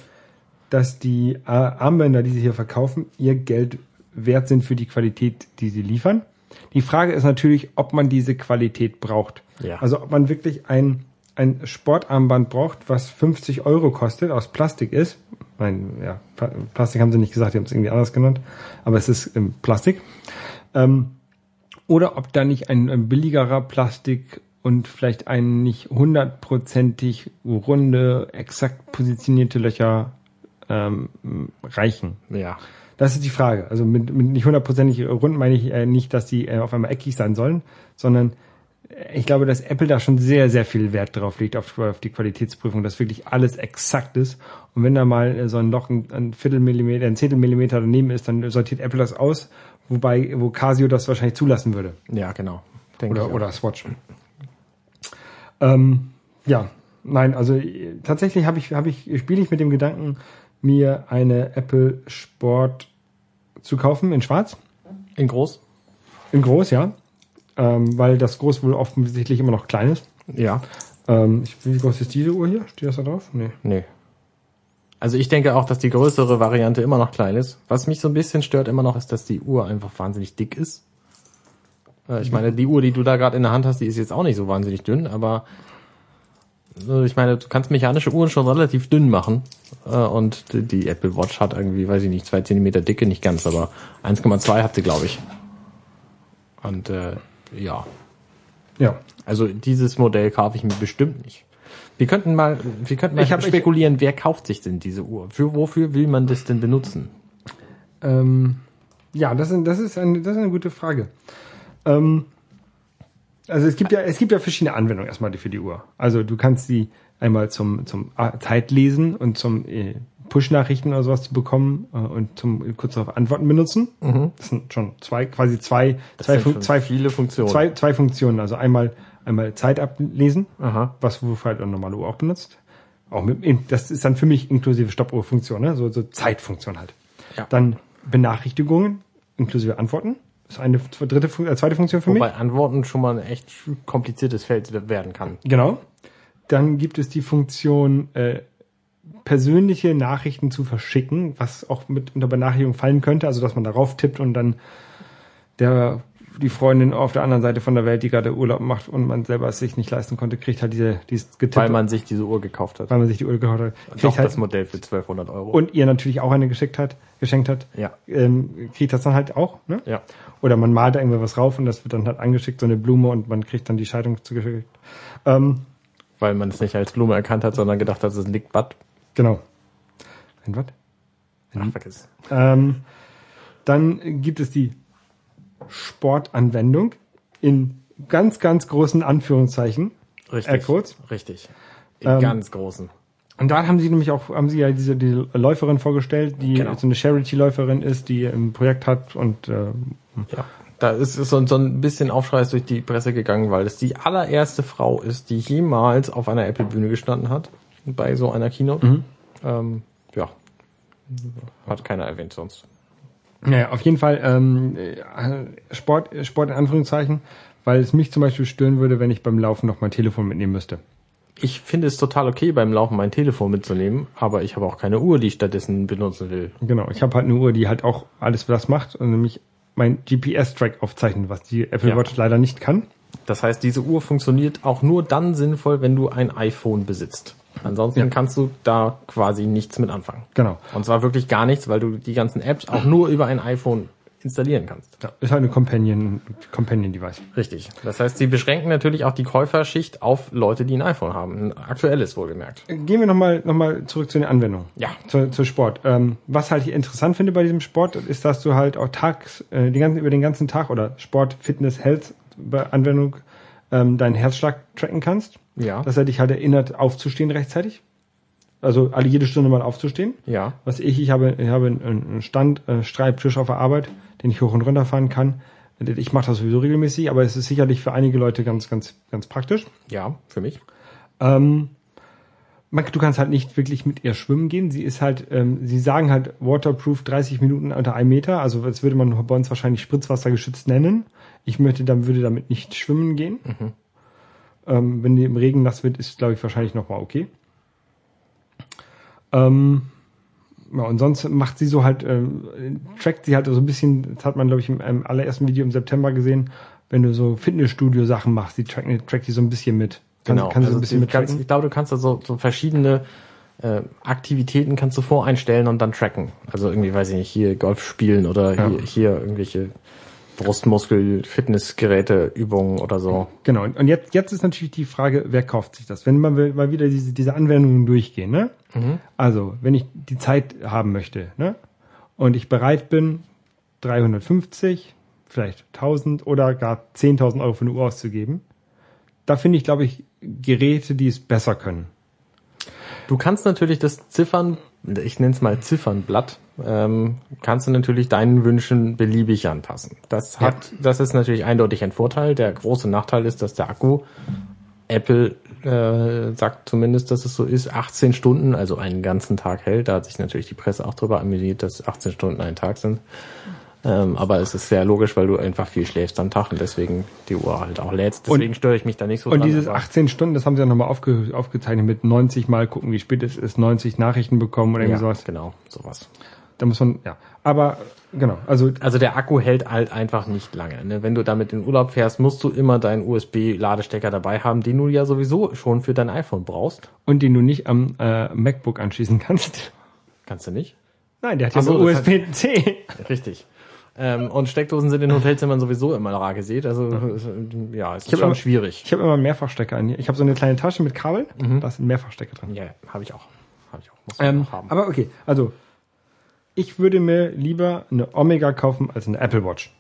dass die äh, Armbänder, die sie hier verkaufen, ihr Geld wert sind für die Qualität, die sie liefern. Die Frage ist natürlich, ob man diese Qualität braucht. Ja. Also ob man wirklich ein, ein Sportarmband braucht, was 50 Euro kostet, aus Plastik ist. Nein, ja, Pla- Plastik haben sie nicht gesagt, die haben es irgendwie anders genannt, aber es ist ähm, Plastik. Ähm, Oder ob da nicht ein, ein billigerer Plastik und vielleicht ein nicht hundertprozentig runde, exakt positionierte Löcher ähm, reichen. Ja, Das ist die Frage. Also mit, mit nicht hundertprozentig rund meine ich äh, nicht, dass die äh, auf einmal eckig sein sollen, sondern äh, ich glaube, dass Apple da schon sehr, sehr viel Wert drauf legt, auf, auf die Qualitätsprüfung, dass wirklich alles exakt ist. Und wenn da mal äh, so ein Loch ein, ein Viertelmillimeter, ein Zehntelmillimeter daneben ist, dann sortiert Apple das aus, wobei, wo Casio das wahrscheinlich zulassen würde. ja, genau. Denke Oder, ich auch. oder Swatch. Ähm, ja, nein, also äh, tatsächlich habe ich, habe ich, spiele ich mit dem Gedanken, mir eine Apple Sport zu kaufen in Schwarz, In groß? in Groß, ja, ähm, weil das Groß wohl offensichtlich immer noch klein ist. Ja. Ähm, ich, wie groß ist diese Uhr hier? Steht das da drauf? Nee. Nee. Also ich denke auch, dass die größere Variante immer noch klein ist. Was mich so ein bisschen stört immer noch, ist, dass die Uhr einfach wahnsinnig dick ist. Äh, Ich meine, die Uhr, die du da gerade in der Hand hast, die ist jetzt auch nicht so wahnsinnig dünn, aber äh, ich meine, du kannst mechanische Uhren schon relativ dünn machen. Äh, Und die- die Apple Watch hat irgendwie, weiß ich nicht, zwei Zentimeter Dicke, nicht ganz, aber 1,2 hat sie, glaube ich. Und äh, ja, Ja. also dieses Modell kaufe ich mir bestimmt nicht. Wir könnten mal, wir könnten mal Ich hab- spekulieren, wer kauft sich denn diese Uhr? Für, wofür will man das denn benutzen? Ähm, ja, das ist, das, ist eine, das ist eine gute Frage. Ähm, also es gibt ja, es gibt ja verschiedene Anwendungen erstmal die- für die Uhr. Also du kannst sie einmal zum, zum A- Zeitlesen und zum äh, Push-Nachrichten oder sowas zu bekommen äh, und zum äh, kurz darauf Antworten benutzen. Das sind schon zwei, quasi zwei, zwei, Mhm. sind Fun- schon zwei, viele Funktionen. Zwei, zwei Funktionen. Also einmal, einmal Zeit ablesen, Aha. was wofür halt eine normale Uhr auch benutzt. Auch mit, in- das ist dann für mich inklusive Stoppuhr-Funktion, ne? so, so Zeitfunktion halt. Ja. Dann Benachrichtigungen inklusive Antworten. Das ist eine zwe- dritte, Fun- äh, zweite Funktion für mich. Wobei Antworten schon mal ein echt kompliziertes Feld werden kann. Genau. Dann gibt es die Funktion, äh, persönliche Nachrichten zu verschicken, was auch mit unter Benachrichtigung fallen könnte, also dass man darauf tippt und dann der die Freundin auf der anderen Seite von der Welt, die gerade Urlaub macht und man selber es sich nicht leisten konnte, kriegt halt diese, dieses Getipp, Weil man sich diese Uhr gekauft hat. weil man sich die Uhr gehört hat, Doch kriegt das halt, Modell für 1200 Euro. und ihr natürlich auch eine geschickt hat, geschenkt hat, Ja. ähm, kriegt das dann halt auch, ne? ja. Oder man malt da irgendwie was rauf und das wird dann halt angeschickt, so eine Blume und man kriegt dann die Scheidung zugeschickt. Ähm, Weil man es nicht als Blume erkannt hat, sondern gedacht hat, es ist ein Dickbad. Genau. Ein was? Mhm. Ach, vergiss. Ähm, dann gibt es die Sportanwendung in ganz, ganz großen Anführungszeichen. Richtig. Air Quotes? Richtig. In Äh, Ähm, ganz großen. Und da haben sie nämlich auch, haben sie ja diese, diese Läuferin vorgestellt, die Genau. so eine Charity-Läuferin ist, die ein Projekt hat und äh, Ja. Da ist, ist so, ein- so ein bisschen Aufschrei ist durch die Presse gegangen, weil es die allererste Frau ist, die jemals auf einer Apple-Bühne gestanden hat, bei so einer Keynote. Mhm. Ähm, ja. Hat keiner erwähnt sonst. Naja, auf jeden Fall ähm, äh, Sport, Sport in Anführungszeichen, weil es mich zum Beispiel stören würde, wenn ich beim Laufen noch mein Telefon mitnehmen müsste. Ich finde es total okay, beim Laufen mein Telefon mitzunehmen, aber ich habe auch keine Uhr, die ich stattdessen benutzen will. Genau, ich habe halt eine Uhr, die halt auch alles das macht und nämlich mein GPS-Track aufzeichnet, was die Apple Ja. Watch leider nicht kann. Das heißt, diese Uhr funktioniert auch nur dann sinnvoll, wenn du ein iPhone besitzt. Ansonsten Ja. kannst du da quasi nichts mit anfangen. Genau. Und zwar wirklich gar nichts, weil du die ganzen Apps auch nur über ein iPhone installieren kannst. Ja, ist halt eine Companion, Companion Device. Richtig. Das heißt, sie beschränken natürlich auch die Käuferschicht auf Leute, die ein iPhone haben. Ein aktuelles wohlgemerkt. Gehen wir nochmal noch mal zurück zu den Anwendungen. Ja. Zu, zu Sport. Ähm, was halt ich interessant finde bei diesem Sport, ist, dass du halt auch tags, äh, den ganzen, über den ganzen Tag oder Sport, Fitness, Health bei Anwendung ähm, deinen Herzschlag tracken kannst. Ja. Dass er dich halt erinnert, aufzustehen rechtzeitig. Also alle jede Stunde mal aufzustehen. Ja. Was ich, ich habe, ich habe einen- einen Stand, äh, Schreibtisch auf der Arbeit, den ich hoch und runter fahren kann. Ich mache das sowieso regelmäßig, aber es ist sicherlich für einige Leute ganz, ganz, ganz praktisch. Ja, für mich. Ähm, man, du kannst halt nicht wirklich mit ihr schwimmen gehen. Sie ist halt, ähm, sie sagen halt waterproof 30 Minuten unter einem Meter. Also das würde man bei uns wahrscheinlich spritzwassergeschützt nennen. Ich möchte, dann würde damit nicht schwimmen gehen. Ähm, wenn die im Regen nass wird, ist glaube ich wahrscheinlich nochmal okay. Ähm, ja, und sonst macht sie so halt, ähm, trackt sie halt so ein bisschen, das hat man glaube ich im, im allerersten Video im September gesehen, wenn du so Fitnessstudio-Sachen machst, die trackt track die so ein bisschen mit. Kann, Genau. kann also so ein bisschen du mit kannst, tracken. ich glaube, du kannst da so, so verschiedene äh, Aktivitäten kannst du voreinstellen und dann tracken. Also irgendwie, weiß ich nicht, hier Golf spielen oder hier, hier irgendwelche Brustmuskel-Fitnessgeräte, Übungen oder so. Genau, und jetzt, jetzt ist natürlich die Frage, wer kauft sich das? Wenn man will- mal wieder diese, diese Anwendungen durchgehen, ne? Also, wenn ich die Zeit haben möchte, ne? Und ich bereit bin, 350, vielleicht 1000 oder gar 10.000 Euro für eine Uhr auszugeben, da finde ich, glaube ich, Geräte, die es besser können. Du kannst natürlich das Ziffern, ich nenne es mal Ziffernblatt, ähm, kannst du natürlich deinen Wünschen beliebig anpassen. Das hat, das ist natürlich eindeutig ein Vorteil. Der große Nachteil ist, dass der Akku Apple äh, sagt zumindest, dass es so ist, 18 Stunden, also einen ganzen Tag hält. Da hat sich natürlich die Presse auch drüber amüsiert, dass 18 Stunden ein Tag sind. Ähm, aber es ist sehr logisch, weil du einfach viel schläfst am Tag und deswegen die Uhr halt auch lädst. Deswegen störe ich mich da nicht so Und dran, dieses aber- 18 Stunden, das haben sie ja nochmal aufge, aufgezeichnet mit 90 Mal gucken, wie spät es ist, 90 Nachrichten bekommen oder ja, irgendwie sowas. genau, sowas. Da muss man, ja. Aber, genau, also also der Akku hält halt einfach nicht lange. Ne? Wenn du damit in Urlaub fährst, musst du immer deinen USB-Ladestecker dabei haben, den du ja sowieso schon für dein iPhone brauchst. und den du nicht am äh, MacBook anschließen kannst. Kannst du nicht? Nein, der hat ja Ach so, so, das heißt- USB-C. Richtig. Ähm, und Steckdosen sind in Hotelzimmern sowieso immer rar gesät. Also äh, ja, es ist hab schon aber- schwierig. Ich habe immer Mehrfachstecker in hier. Ich habe so eine kleine Tasche mit Kabel, da sind Mehrfachstecker drin. Ja, habe ich auch. Habe ich auch. Muss man Ähm, auch haben. aber okay, also ich würde mir lieber eine Omega kaufen als eine Apple Watch,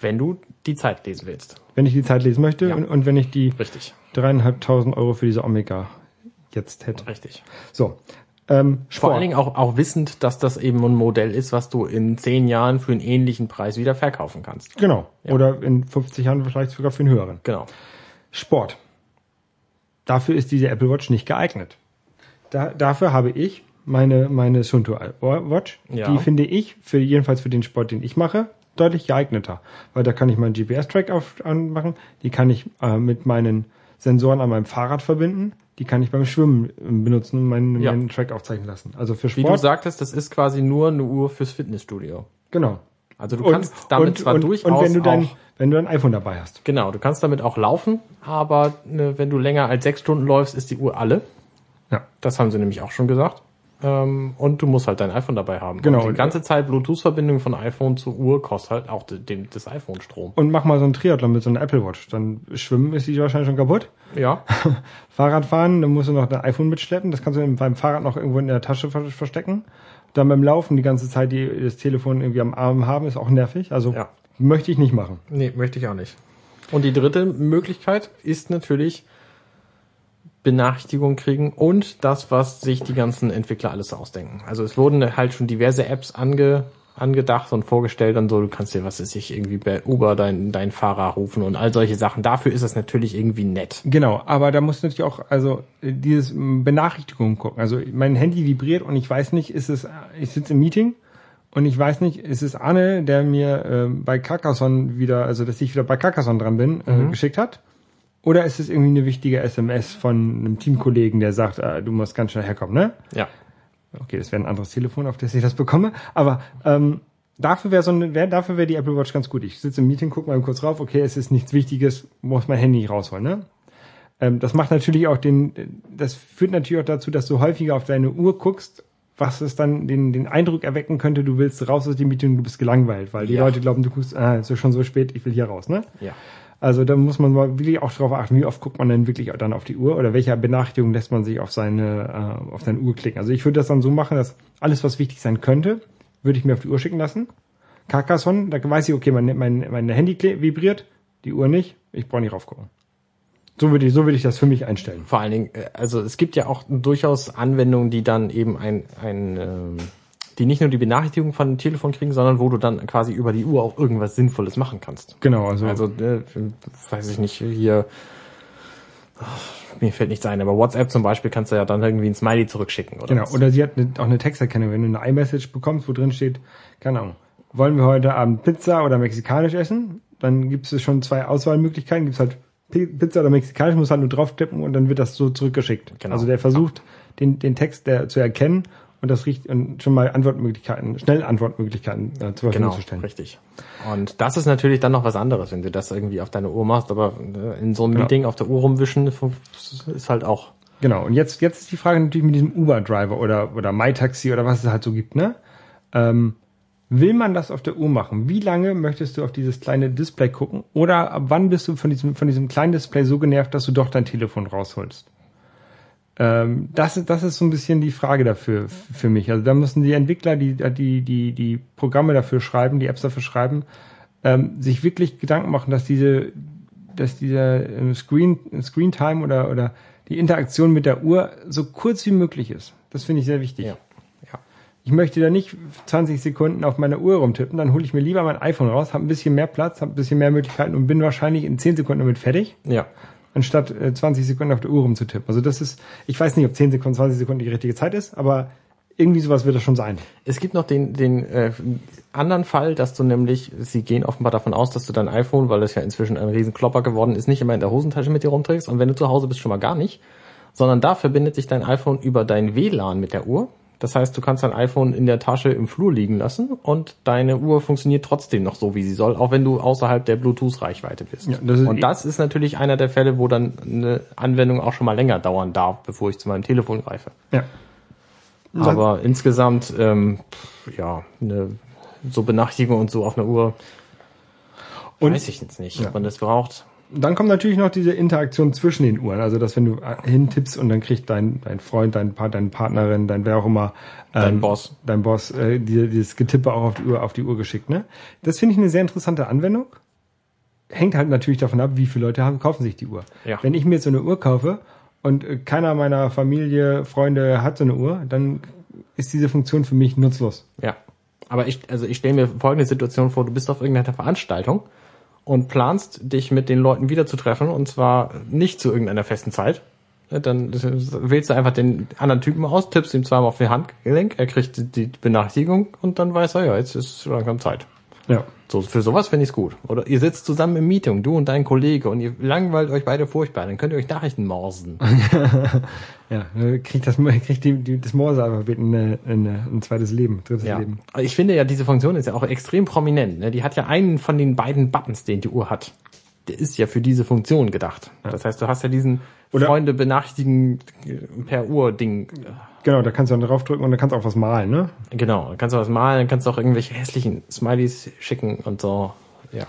Wenn du die Zeit lesen willst. wenn ich die Zeit lesen möchte Ja. und, und wenn ich die Richtig. dreieinhalbtausend Euro für diese Omega jetzt hätte. Richtig. So, ähm, Sport. Vor allen Dingen auch, auch wissend, dass das eben ein Modell ist, was du in zehn Jahren für einen ähnlichen Preis wieder verkaufen kannst. genau. Oder in 50 Jahren vielleicht sogar für einen höheren. Genau. Sport. Dafür ist diese Apple Watch nicht geeignet. Da, dafür habe ich meine, meine Sunto Watch. Ja. Die finde ich, für, jedenfalls für den Sport, den ich mache, deutlich geeigneter. Weil da kann ich meinen GPS-Track auf- anmachen, die kann ich äh, mit meinen Sensoren an meinem Fahrrad verbinden, die kann ich beim Schwimmen äh, benutzen und meinen, Ja. meinen Track aufzeichnen lassen. Also für Wie du Sport. sagtest, das ist quasi nur eine Uhr fürs Fitnessstudio. genau. Also du kannst damit zwar und, durchaus und wenn du dein, auch, wenn du ein iPhone dabei hast. genau, du kannst damit auch laufen, aber ne, wenn du länger als sechs Stunden läufst, ist die Uhr alle. Ja. Das haben sie nämlich auch schon gesagt. Ähm, und du musst halt dein iPhone dabei haben. Genau. Und die ganze Zeit Bluetooth-Verbindung von iPhone zur Uhr kostet halt auch den, den, das iPhone-Strom. Und mach mal so einen Triathlon mit so einer Apple Watch. Dann schwimmen ist die wahrscheinlich schon kaputt. Ja. Fahrradfahren, dann musst du noch dein iPhone mitschleppen. Das kannst du beim Fahrrad noch irgendwo in der Tasche ver- verstecken. Dann beim Laufen die ganze Zeit die, das Telefon irgendwie am Arm haben, ist auch nervig. Also Ja. möchte ich nicht machen. Nee, möchte ich auch nicht. Und die dritte Möglichkeit ist natürlich Benachrichtigungen kriegen und das, was sich die ganzen Entwickler alles ausdenken. Also es wurden halt schon diverse Apps ange, angedacht und vorgestellt und so, du kannst dir, was weiß ich, irgendwie bei Uber deinen dein Fahrer rufen und all solche Sachen. Dafür ist das natürlich irgendwie nett. Genau, aber da muss natürlich auch, also äh, dieses m, Benachrichtigungen gucken. Also mein Handy vibriert und ich weiß nicht, ist es, äh, ich sitze im Meeting und ich weiß nicht, ist es Anne, der mir äh, bei Carcassonne wieder, also dass ich wieder bei Carcassonne dran bin, äh, geschickt hat? Oder ist es irgendwie eine wichtige SMS von einem Teamkollegen, der sagt, äh, du musst ganz schnell herkommen, ne? Ja. Okay, das wäre ein anderes Telefon, auf das ich das bekomme. Aber ähm, dafür wäre so eine, wär, dafür wäre die Apple Watch ganz gut. Ich sitze im Meeting, gucke mal kurz rauf. Okay, es ist nichts Wichtiges, muss mein Handy nicht rausholen. Ne? Ähm, das macht natürlich auch den, das führt natürlich auch dazu, dass du häufiger auf deine Uhr guckst, was es dann den, den Eindruck erwecken könnte, du willst raus aus dem Meeting, du bist gelangweilt, weil die Ja. Leute glauben, du guckst, ah, es ist schon so spät, ich will hier raus. Ne? Ja. Also da muss man mal wirklich auch drauf achten, wie oft guckt man denn wirklich auch dann auf die Uhr oder welcher Benachrichtigung lässt man sich auf seine, äh, auf seine Uhr klicken. Also ich würde das dann so machen, dass alles, was wichtig sein könnte, würde ich mir auf die Uhr schicken lassen. Carcassonne, da weiß ich, okay, mein, mein, mein Handy kle- vibriert, die Uhr nicht, ich brauche nicht raufgucken. So würde ich, so würde ich das für mich einstellen. Vor allen Dingen, äh, also es gibt ja auch durchaus Anwendungen, die dann eben ein, ein ähm, die nicht nur die Benachrichtigung von dem Telefon kriegen, sondern wo du dann quasi über die Uhr auch irgendwas Sinnvolles machen kannst. Genau, also, Also, äh, weiß ich nicht, hier, ach, mir fällt nichts ein, aber WhatsApp zum Beispiel kannst du ja dann irgendwie ein Smiley zurückschicken, oder? genau. was? Oder sie hat eine, auch eine Texterkennung, wenn du eine iMessage bekommst, wo drin steht, keine Ahnung, wollen wir heute Abend Pizza oder mexikanisch essen? Dann gibt es schon zwei Auswahlmöglichkeiten. Gibt es halt P- Pizza oder mexikanisch, muss halt nur drauf tippen und dann wird das so zurückgeschickt. Genau. Also der versucht, den, den Text der, zu erkennen und das riecht und schon mal Antwortmöglichkeiten, schnell Antwortmöglichkeiten äh, zur Verfügung Genau, zu stellen. richtig. Und das ist natürlich dann noch was anderes, wenn du das irgendwie auf deine Uhr machst, aber äh, in so einem Meeting auf der Uhr rumwischen fu- ist halt auch. Genau. Und jetzt, jetzt ist die Frage natürlich mit diesem Uber-Driver oder, oder MyTaxi oder was es halt so gibt, ne? Ähm, will man das auf der Uhr machen? Wie lange möchtest du auf dieses kleine Display gucken? Oder ab wann bist du von diesem, von diesem kleinen Display so genervt, dass du doch dein Telefon rausholst? Ähm, das, ist- das ist so ein bisschen die Frage dafür, f- für mich. Also da müssen die Entwickler, die, die, die, die Programme dafür schreiben, die Apps dafür schreiben, ähm, sich wirklich Gedanken machen, dass diese, dass dieser ähm, Screen, Screen Time oder, oder die Interaktion mit der Uhr so kurz wie möglich ist. Das finde ich sehr wichtig. ja. Ich möchte da nicht 20 Sekunden auf meiner Uhr rumtippen, dann hole ich mir lieber mein iPhone raus, habe ein bisschen mehr Platz, habe ein bisschen mehr Möglichkeiten und bin wahrscheinlich in 10 Sekunden damit fertig, Ja. anstatt äh, 20 Sekunden auf der Uhr rumzutippen. Also das ist, ich weiß nicht, ob 10 Sekunden, 20 Sekunden die richtige Zeit ist, aber irgendwie sowas wird das schon sein. Es gibt noch den, den äh, anderen Fall, dass du nämlich, sie gehen offenbar davon aus, dass du dein iPhone, weil es ja inzwischen ein Riesenklopper geworden ist, nicht immer in der Hosentasche mit dir rumträgst und wenn du zu Hause bist, schon mal gar nicht, sondern da verbindet sich dein iPhone über dein WLAN mit der Uhr. Das heißt, du kannst dein iPhone in der Tasche im Flur liegen lassen und deine Uhr funktioniert trotzdem noch so, wie sie soll, auch wenn du außerhalb der Bluetooth-Reichweite bist. Ja, das ist eh- und das ist natürlich einer der Fälle, wo dann eine Anwendung auch schon mal länger dauern darf, bevor ich zu meinem Telefon greife. Ja. Aber insgesamt, ähm, pff, ja, ne, so Benachrichtigung und so auf einer Uhr, Und- weiß ich jetzt nicht, ob man das braucht. dann kommt natürlich noch diese Interaktion zwischen den Uhren. Also, dass wenn du äh, hintippst und dann kriegt dein, dein Freund, dein, Pa- deine Partnerin, dein wer auch immer, ähm, Dein Boss. dein Boss, äh, die, dieses Getippe auch auf die Uhr, auf die Uhr geschickt. Ne? Das finde ich eine sehr interessante Anwendung. Hängt halt natürlich davon ab, wie viele Leute haben, kaufen sich die Uhr. Ja. Wenn ich mir jetzt so eine Uhr kaufe und äh, keiner meiner Familie, Freunde hat so eine Uhr, dann ist diese Funktion für mich nutzlos. Ja. Aber ich, also ich stelle mir folgende Situation vor, du bist auf irgendeiner Veranstaltung und planst, dich mit den Leuten wiederzutreffen und zwar nicht zu irgendeiner festen Zeit. Ne, Dann wählst du einfach den anderen Typen aus, tippst ihm zweimal auf den Handgelenk, er kriegt die- die Benachrichtigung und dann weiß er, ja, jetzt ist langsam Zeit. Ja. So, für sowas finde ich es gut. Oder ihr sitzt zusammen im Meeting, du und dein Kollege, und ihr langweilt euch beide furchtbar, dann könnt ihr euch Nachrichten morsen. Ja, äh, kriegt das, kriegt die, die, das Morse-Alphabet ein, äh, ein, äh, ein zweites Leben, drittes Ja. Leben. Aber Ich finde ja, diese Funktion ist ja auch extrem prominent. Ne? Die hat ja einen von den beiden Buttons, den die Uhr hat. Der ist ja für diese Funktion gedacht. Das heißt, du hast ja diesen Oder- Freunde benachrichtigen äh, per Uhr-Ding. Genau, da kannst du dann draufdrücken und dann kannst du auch was malen, ne? Genau, dann kannst du was malen, dann kannst du auch irgendwelche hässlichen Smileys schicken und so. Ja.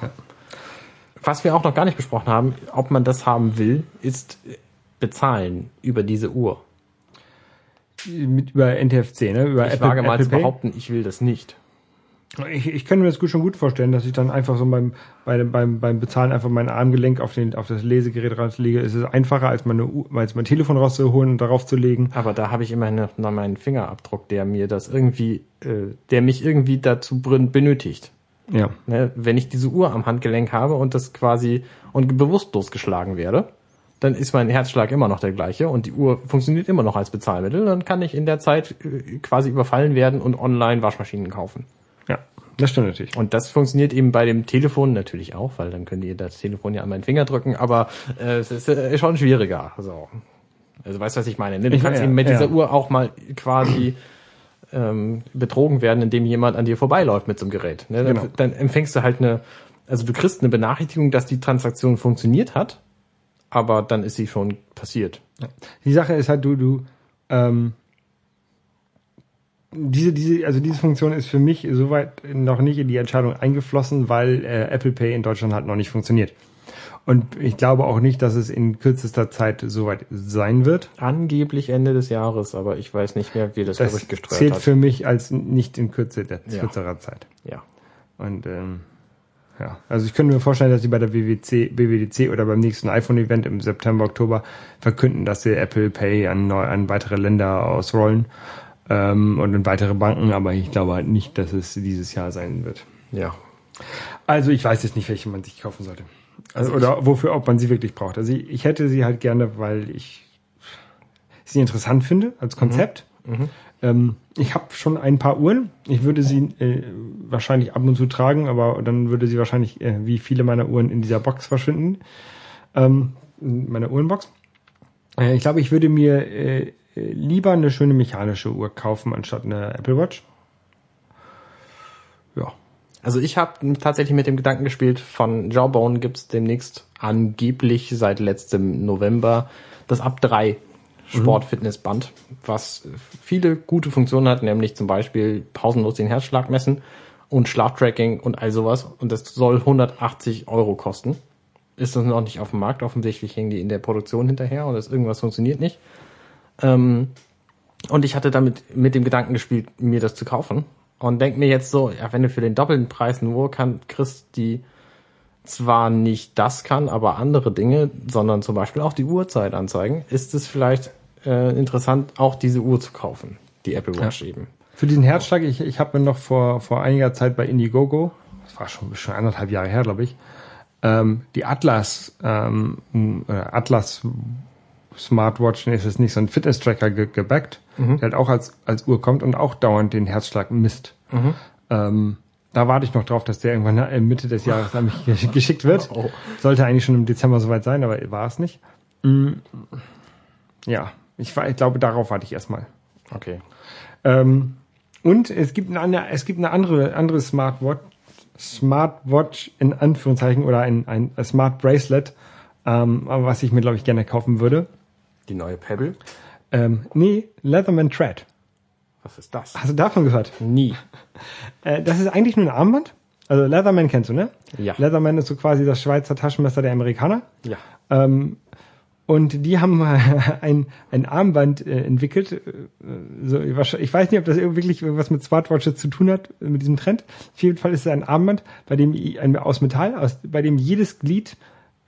Was wir auch noch gar nicht besprochen haben, ob man das haben will, ist bezahlen über diese Uhr. Mit, über NTFC, ne? Über Ich wage mal zu Pay. behaupten, ich will das nicht. Ich, ich könnte mir das gut schon gut vorstellen, dass ich dann einfach so beim, bei, beim, beim Bezahlen einfach mein Armgelenk auf, den, auf das Lesegerät ranlege. Es ist einfacher, als, meine, U- als mein Telefon rauszuholen und darauf zu legen. Aber da habe ich immerhin noch noch meinen Fingerabdruck, der mir das irgendwie, äh, der mich irgendwie dazu brin- benötigt. Ja. Ne? Wenn ich diese Uhr am Handgelenk habe und das quasi und bewusstlos geschlagen werde, dann ist mein Herzschlag immer noch der gleiche und die Uhr funktioniert immer noch als Bezahlmittel. Dann kann ich in der Zeit äh, quasi überfallen werden und online Waschmaschinen kaufen. Ja, das stimmt natürlich. Und das funktioniert eben bei dem Telefon natürlich auch, weil dann könnt ihr das Telefon ja an meinen Finger drücken, aber äh, es ist äh, schon schwieriger. So. Also weißt du, was ich meine? Ne? Du Ich- kannst ja, eben mit ja. dieser Uhr auch mal quasi ähm, betrogen werden, indem jemand an dir vorbeiläuft mit so einem Gerät. Ne? Dann, Genau. dann empfängst du halt eine, also du kriegst eine Benachrichtigung, dass die Transaktion funktioniert hat, aber dann ist sie schon passiert. Die Sache ist halt, du, du, ähm, diese, diese, also diese Funktion ist für mich soweit noch nicht in die Entscheidung eingeflossen, weil äh, Apple Pay in Deutschland halt noch nicht funktioniert. Und ich glaube auch nicht, dass es in kürzester Zeit soweit sein wird. Angeblich Ende des Jahres, aber ich weiß nicht mehr, wie das, Das durchgesteuert zählt hat. für mich als nicht in Kürze der, Ja. kürzerer Zeit. Ja. Und ähm, ja, also ich könnte mir vorstellen, dass sie bei der WWC, BWDC oder beim nächsten iPhone-Event im September, Oktober verkünden, dass sie Apple Pay an, neu, an weitere Länder ausrollen ähm, und in weitere Banken, aber ich glaube halt nicht, dass es dieses Jahr sein wird. Ja. Also ich weiß jetzt nicht, welche man sich kaufen sollte. Also, oder wofür, ob man sie wirklich braucht. Also ich, ich hätte sie halt gerne, weil ich sie interessant finde als Konzept. Ähm, ich habe schon ein paar Uhren. Ich würde sie äh, wahrscheinlich ab und zu tragen, aber dann würde sie wahrscheinlich äh, wie viele meiner Uhren in dieser Box verschwinden. Ähm, in meiner Uhrenbox. Äh, ich glaube, ich würde mir äh, äh, lieber eine schöne mechanische Uhr kaufen, anstatt eine Apple Watch. Ja. Also ich habe tatsächlich mit dem Gedanken gespielt, von Jawbone gibt's demnächst angeblich seit letztem November das Ab 3 Sportfitnessband, was viele gute Funktionen hat, nämlich zum Beispiel pausenlos den Herzschlag messen und Schlaftracking und all sowas. Und das soll 180 Euro kosten. Ist das noch nicht auf dem Markt? Offensichtlich hängen die in der Produktion hinterher und das irgendwas funktioniert nicht. Ähm, und ich hatte damit mit dem Gedanken gespielt, mir das zu kaufen. Und denk mir jetzt so, ja, wenn du für den doppelten Preis eine Uhr kann, kriegst, die zwar nicht das kann, aber andere Dinge, sondern zum Beispiel auch die Uhrzeit anzeigen, ist es vielleicht äh, interessant, auch diese Uhr zu kaufen. Die Apple Watch eben. Für diesen Herzschlag, ich, ich habe mir noch vor, vor einiger Zeit bei Indiegogo, das war schon, schon anderthalb Jahre her, glaube ich, ähm, die Atlas, ähm, äh, Atlas Smartwatch, nee, ist es nicht, so ein Fitness-Tracker ge gebackt, der halt auch als, als Uhr kommt und auch dauernd den Herzschlag misst. Ähm, da warte ich noch drauf, dass der irgendwann äh, Mitte des Jahres an mich gesch- geschickt wird. Sollte eigentlich schon im Dezember soweit sein, aber war es nicht. Mm, ja, ich, war- ich glaube, darauf warte ich erstmal. Okay. Ähm, und es gibt eine, andere- es gibt eine andere, andere Smartwatch, Smartwatch in Anführungszeichen oder ein, ein Smart Bracelet, ähm, aber was ich mir, glaube ich, gerne kaufen würde. Die neue Pebble. Ähm, nee, Leatherman Thread. Was ist das? Hast du davon gehört? Nie. Äh, das ist eigentlich nur ein Armband. Also Leatherman kennst du, ne? Ja. Leatherman ist so quasi das Schweizer Taschenmesser der Amerikaner. Ja. Und die haben äh, ein, ein Armband äh, entwickelt. äh, So, ich wahrsch- ich weiß nicht, ob das irg- wirklich irgendwas mit Smartwatches zu tun hat, äh, mit diesem Trend. Auf jeden Fall ist es ein Armband, bei dem i- ein, aus Metall, aus, bei dem jedes Glied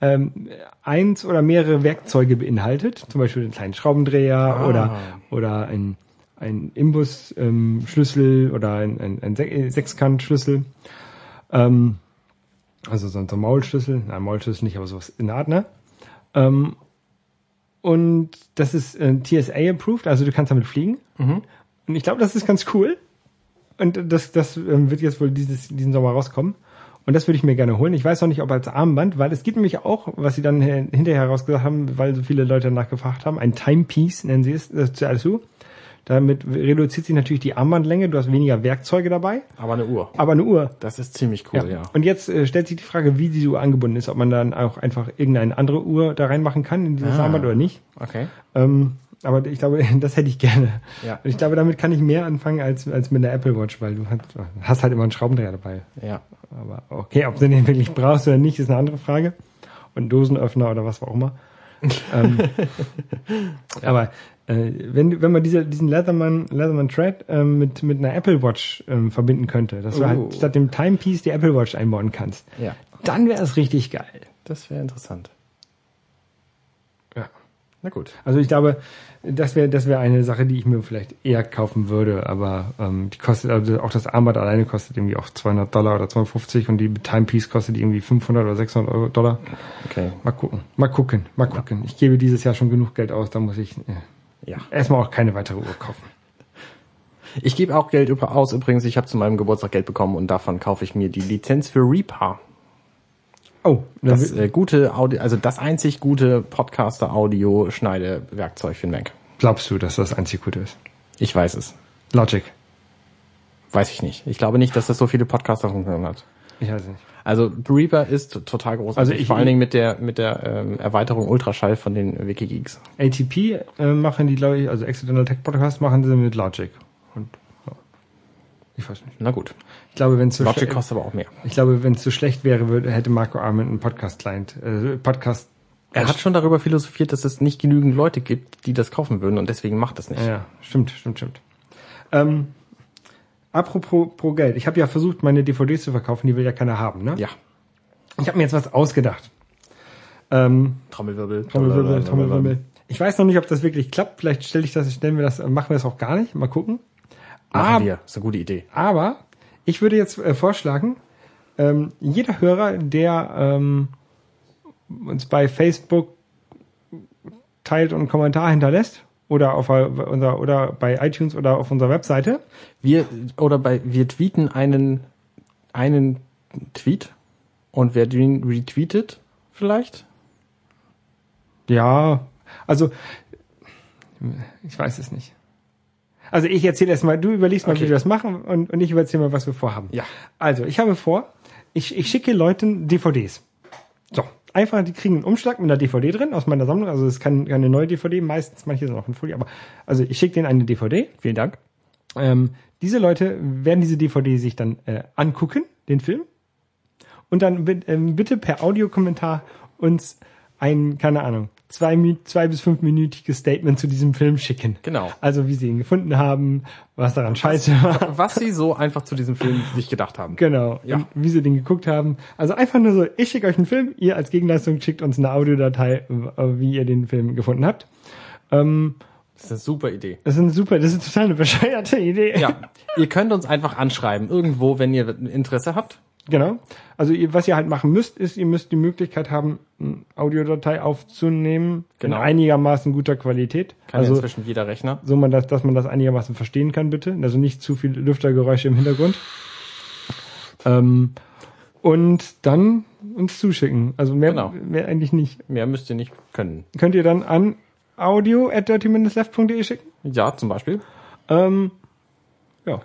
ähm, eins oder mehrere Werkzeuge beinhaltet. Zum Beispiel einen kleinen Schraubendreher oder, oder ein, ein Imbusschlüssel ähm, Schlüssel oder ein, ein, ein Se- äh, Sechskantschlüssel. Ähm, also so ein, so ein Maulschlüssel. Nein, Maulschlüssel nicht, aber sowas in der Art, ne? Und das ist äh, TSA approved, also du kannst damit fliegen. Mhm. Und ich glaube, das ist ganz cool. Und äh, das, das ähm, wird jetzt wohl dieses, diesen Sommer rauskommen. Und das würde ich mir gerne holen. Ich weiß noch nicht, ob als Armband, weil es gibt nämlich auch, was sie dann äh, hinterher herausgesagt haben, weil so viele Leute danach gefragt haben, ein Timepiece nennen sie es äh, zu LSU. Damit reduziert sich natürlich die Armbandlänge, du hast weniger Werkzeuge dabei, Aber eine Uhr. aber eine Uhr. Das ist ziemlich cool, ja. Und jetzt äh, stellt sich die Frage, wie diese Uhr angebunden ist, ob man dann auch einfach irgendeine andere Uhr da reinmachen kann in dieses Ah. Armband oder nicht. Okay. Ähm, aber ich glaube, das hätte ich gerne. Ja. Und ich glaube, damit kann ich mehr anfangen als, als mit der Apple Watch, weil du hast, hast halt immer einen Schraubendreher dabei. Ja. Aber okay, ob du den wirklich brauchst oder nicht, ist eine andere Frage. Und Dosenöffner oder was auch immer. ähm, aber äh, wenn, wenn man diese, diesen Leatherman, Leatherman Thread ähm, mit, mit einer Apple Watch ähm, verbinden könnte, dass du Oh. halt statt dem Timepiece die Apple Watch einbauen kannst, Ja, dann wäre es richtig geil. das wäre interessant. Ja. Na gut. Also ich glaube, das wäre das wäre eine Sache, die ich mir vielleicht eher kaufen würde, aber ähm, die kostet also auch das Armband alleine kostet irgendwie auch 200 Dollar oder 250 und die Timepiece kostet irgendwie 500 oder 600 Euro Dollar. Okay. Mal gucken, mal gucken, mal gucken. Ich gebe dieses Jahr schon genug Geld aus, da muss ich äh, Ja. erstmal auch keine weitere Uhr kaufen. Ich gebe auch Geld über- aus. Übrigens, ich habe zu meinem Geburtstag Geld bekommen und davon kaufe ich mir die Lizenz für Reaper. Oh, dann Das das, äh, gute Audio, also das einzig gute Podcaster-Audio-Schneide-Werkzeug für den Mac. glaubst du, dass das einzig Gute ist? Ich weiß es. Logic. Weiß ich nicht. Ich glaube nicht, dass das so viele Podcaster-Funktionen hat. Ich weiß nicht. Also Reaper ist t- total großartig. Also ich- vor allen Dingen mit der mit der ähm, Erweiterung Ultraschall von den Wikigeeks. ATP äh, machen die, glaube ich, also Accidental Tech Podcast machen sie mit Logic. Und ja. ich weiß nicht. Na gut. Ich glaube, wenn es so Logic schle- kostet aber auch mehr. ich glaube, wenn es so schlecht wäre, würde, hätte Marco Arment einen Podcast Client, äh, Podcast. Er hat schon darüber philosophiert, dass es nicht genügend Leute gibt, die das kaufen würden und deswegen macht das nicht. Ja, stimmt, stimmt, stimmt. Ähm, apropos pro Geld, ich habe ja versucht, meine DVDs zu verkaufen, die will ja keiner haben, ne? Ja. Ich habe mir jetzt was ausgedacht. Ähm, Trommelwirbel. Trommelwirbel, Trommelwirbel. Ich weiß noch nicht, ob das wirklich klappt. Vielleicht stelle ich das, stellen wir das, äh, machen wir es auch gar nicht. Mal gucken. Machen Ab- wir. Ist eine gute Idee. Aber ich würde jetzt äh, vorschlagen, ähm, jeder Hörer, der ähm, uns bei Facebook teilt und einen Kommentar hinterlässt oder auf äh, unser oder bei iTunes oder auf unserer Webseite, Wir oder bei wir tweeten einen einen Tweet und wer den retweetet vielleicht? ja, also ich weiß es nicht. Also ich erzähle erst mal, du überlegst mal, Okay. wie wir das machen und, und ich erzähle mal, was wir vorhaben. Ja. Also, ich habe vor, ich, ich schicke Leuten DVDs. So, einfach, die kriegen einen Umschlag mit einer DVD drin aus meiner Sammlung. Also, es kann keine neue DVD, meistens, manche sind auch in Folie, aber also ich schicke denen eine DVD. Vielen Dank. Ähm, diese Leute werden diese DVD sich dann äh, angucken, den Film, und dann bi- ähm, bitte per Audiokommentar uns ein, keine Ahnung, zwei, Mi- zwei bis fünfminütiges Statement zu diesem Film schicken. Genau. Also wie sie ihn gefunden haben, was daran scheiße war. Was sie so einfach zu diesem Film sich gedacht haben. Genau, Ja. und wie sie den geguckt haben. Also einfach nur so, ich schicke euch einen Film, ihr als Gegenleistung schickt uns eine Audiodatei, w- äh, wie ihr den Film gefunden habt. Ähm, Das ist eine super Idee. das ist eine super, das ist total eine bescheuerte Idee. Ja, ihr könnt uns einfach anschreiben irgendwo, wenn ihr Interesse habt. Genau. Also ihr, was ihr halt machen müsst, ist, ihr müsst die Möglichkeit haben, eine Audiodatei aufzunehmen, Genau. in einigermaßen guter Qualität. Kann ja also inzwischen jeder Rechner. so man das, dass man das einigermaßen verstehen kann, bitte. Also nicht zu viele Lüftergeräusche im Hintergrund. Ähm, und dann uns zuschicken. Also mehr, Genau. mehr eigentlich nicht. Mehr müsst ihr nicht können. könnt ihr dann an audio at dirty-left.de schicken. Ja, zum Beispiel. Ähm, ja.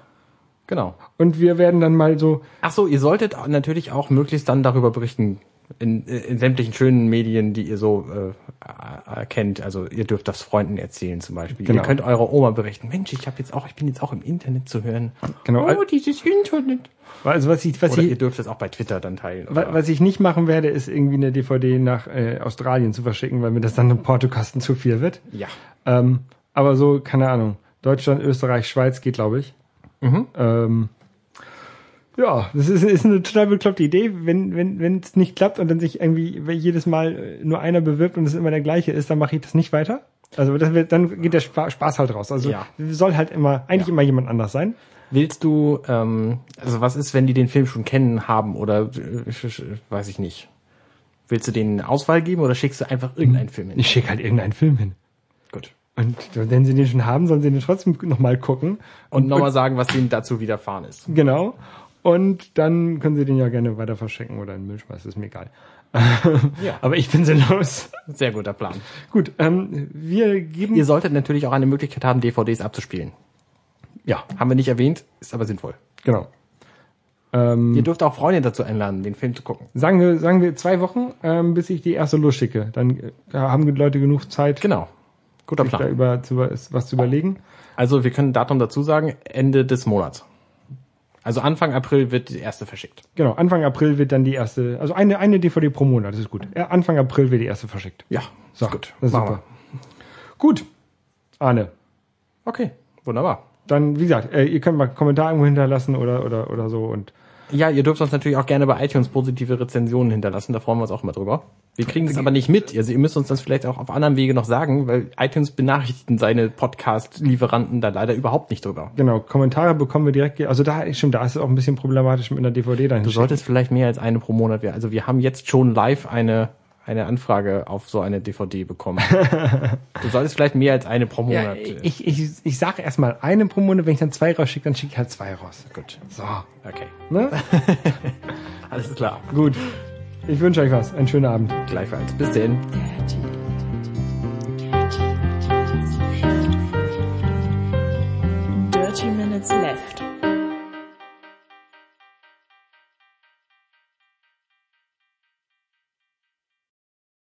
Genau. Und wir werden dann mal so, Ach so, ihr solltet au- natürlich auch möglichst dann darüber berichten in, äh, in sämtlichen schönen Medien, die ihr so äh, äh, kennt. Also ihr dürft das Freunden erzählen zum Beispiel. Genau. Ihr könnt eurer Oma berichten. Mensch, ich habe jetzt auch, ich bin jetzt auch im Internet zu hören. Genau. Oh, dieses Internet. also was ich, was Oder ihr ich, dürft es auch bei Twitter dann teilen. wa- oder- was ich nicht machen werde, ist irgendwie eine DVD nach äh, Australien zu verschicken, weil mir das dann im Portokasten zu viel wird. ja. Ähm, aber so, keine Ahnung. Deutschland, Österreich, Schweiz geht, glaube ich. Ähm, ja, das ist, ist eine total bekloppte Idee, wenn wenn wenn es nicht klappt und dann sich irgendwie jedes Mal äh, nur einer bewirbt und es immer der gleiche ist, dann mache ich das nicht weiter. Also das wird, dann geht der Spa Spaß halt raus. Also Ja. soll halt immer eigentlich immer jemand anders sein. Willst du, ähm, also was ist, wenn die den Film schon kennen haben oder äh, sch- sch- weiß ich nicht. Willst du denen eine Auswahl geben oder schickst du einfach irgendeinen Film hin? Ich schicke halt irgendeinen Film hin. Gut. Und wenn sie den schon haben, sollen sie den trotzdem nochmal gucken. Und nochmal sagen, was denen dazu widerfahren ist. Genau. Und dann können Sie den ja gerne weiter verschenken oder in den Müll schmeißen, ist mir egal. Ja. Aber ich bin sinnlos. Sehr guter Plan. Gut, ähm, wir geben. Ihr solltet natürlich auch eine Möglichkeit haben, DVDs abzuspielen. ja, Haben wir nicht erwähnt, ist aber sinnvoll. genau. Ähm, Ihr dürft auch Freunde dazu einladen, den Film zu gucken. sagen, wir, sagen wir zwei Wochen, ähm, bis ich die erste losschicke. Dann äh, haben die Leute genug Zeit, Genau. Guter sich da Plan. über, zu, was zu überlegen. Also wir können Datum dazu sagen, Ende des Monats. Also Anfang April wird die erste verschickt. Genau, Anfang April wird dann die erste, also eine, eine DVD pro Monat, das ist gut. Ja, Anfang April wird die erste verschickt. Ja, So, ist gut. Das ist Machen super. Gut, Arne. wir. Okay, wunderbar. Dann, wie gesagt, äh, ihr könnt mal Kommentare irgendwo hinterlassen oder, oder, oder so und Ja, ihr dürft uns natürlich auch gerne bei iTunes positive Rezensionen hinterlassen, da freuen wir uns auch immer drüber. Wir kriegen das aber nicht mit, also ihr müsst uns das vielleicht auch auf anderem Wege noch sagen, weil iTunes benachrichtigen seine Podcast-Lieferanten da leider überhaupt nicht drüber. genau, Kommentare bekommen wir direkt, ge- also da, stimmt, da ist es auch ein bisschen problematisch mit einer DVD dahin. Du solltest vielleicht mehr als eine pro Monat werden. Also wir haben jetzt schon live eine, eine Anfrage auf so eine DVD bekommen. du solltest vielleicht mehr als eine pro ja, Monat. ich, ich, ich sag erstmal eine pro Monat, wenn ich dann zwei rausschicke, dann schicke ich halt zwei raus. Gut, So, okay. ne? Alles klar. Gut. Ich wünsche euch was. Einen schönen Abend. Gleichfalls. Bis denn. Dirty Minutes Left.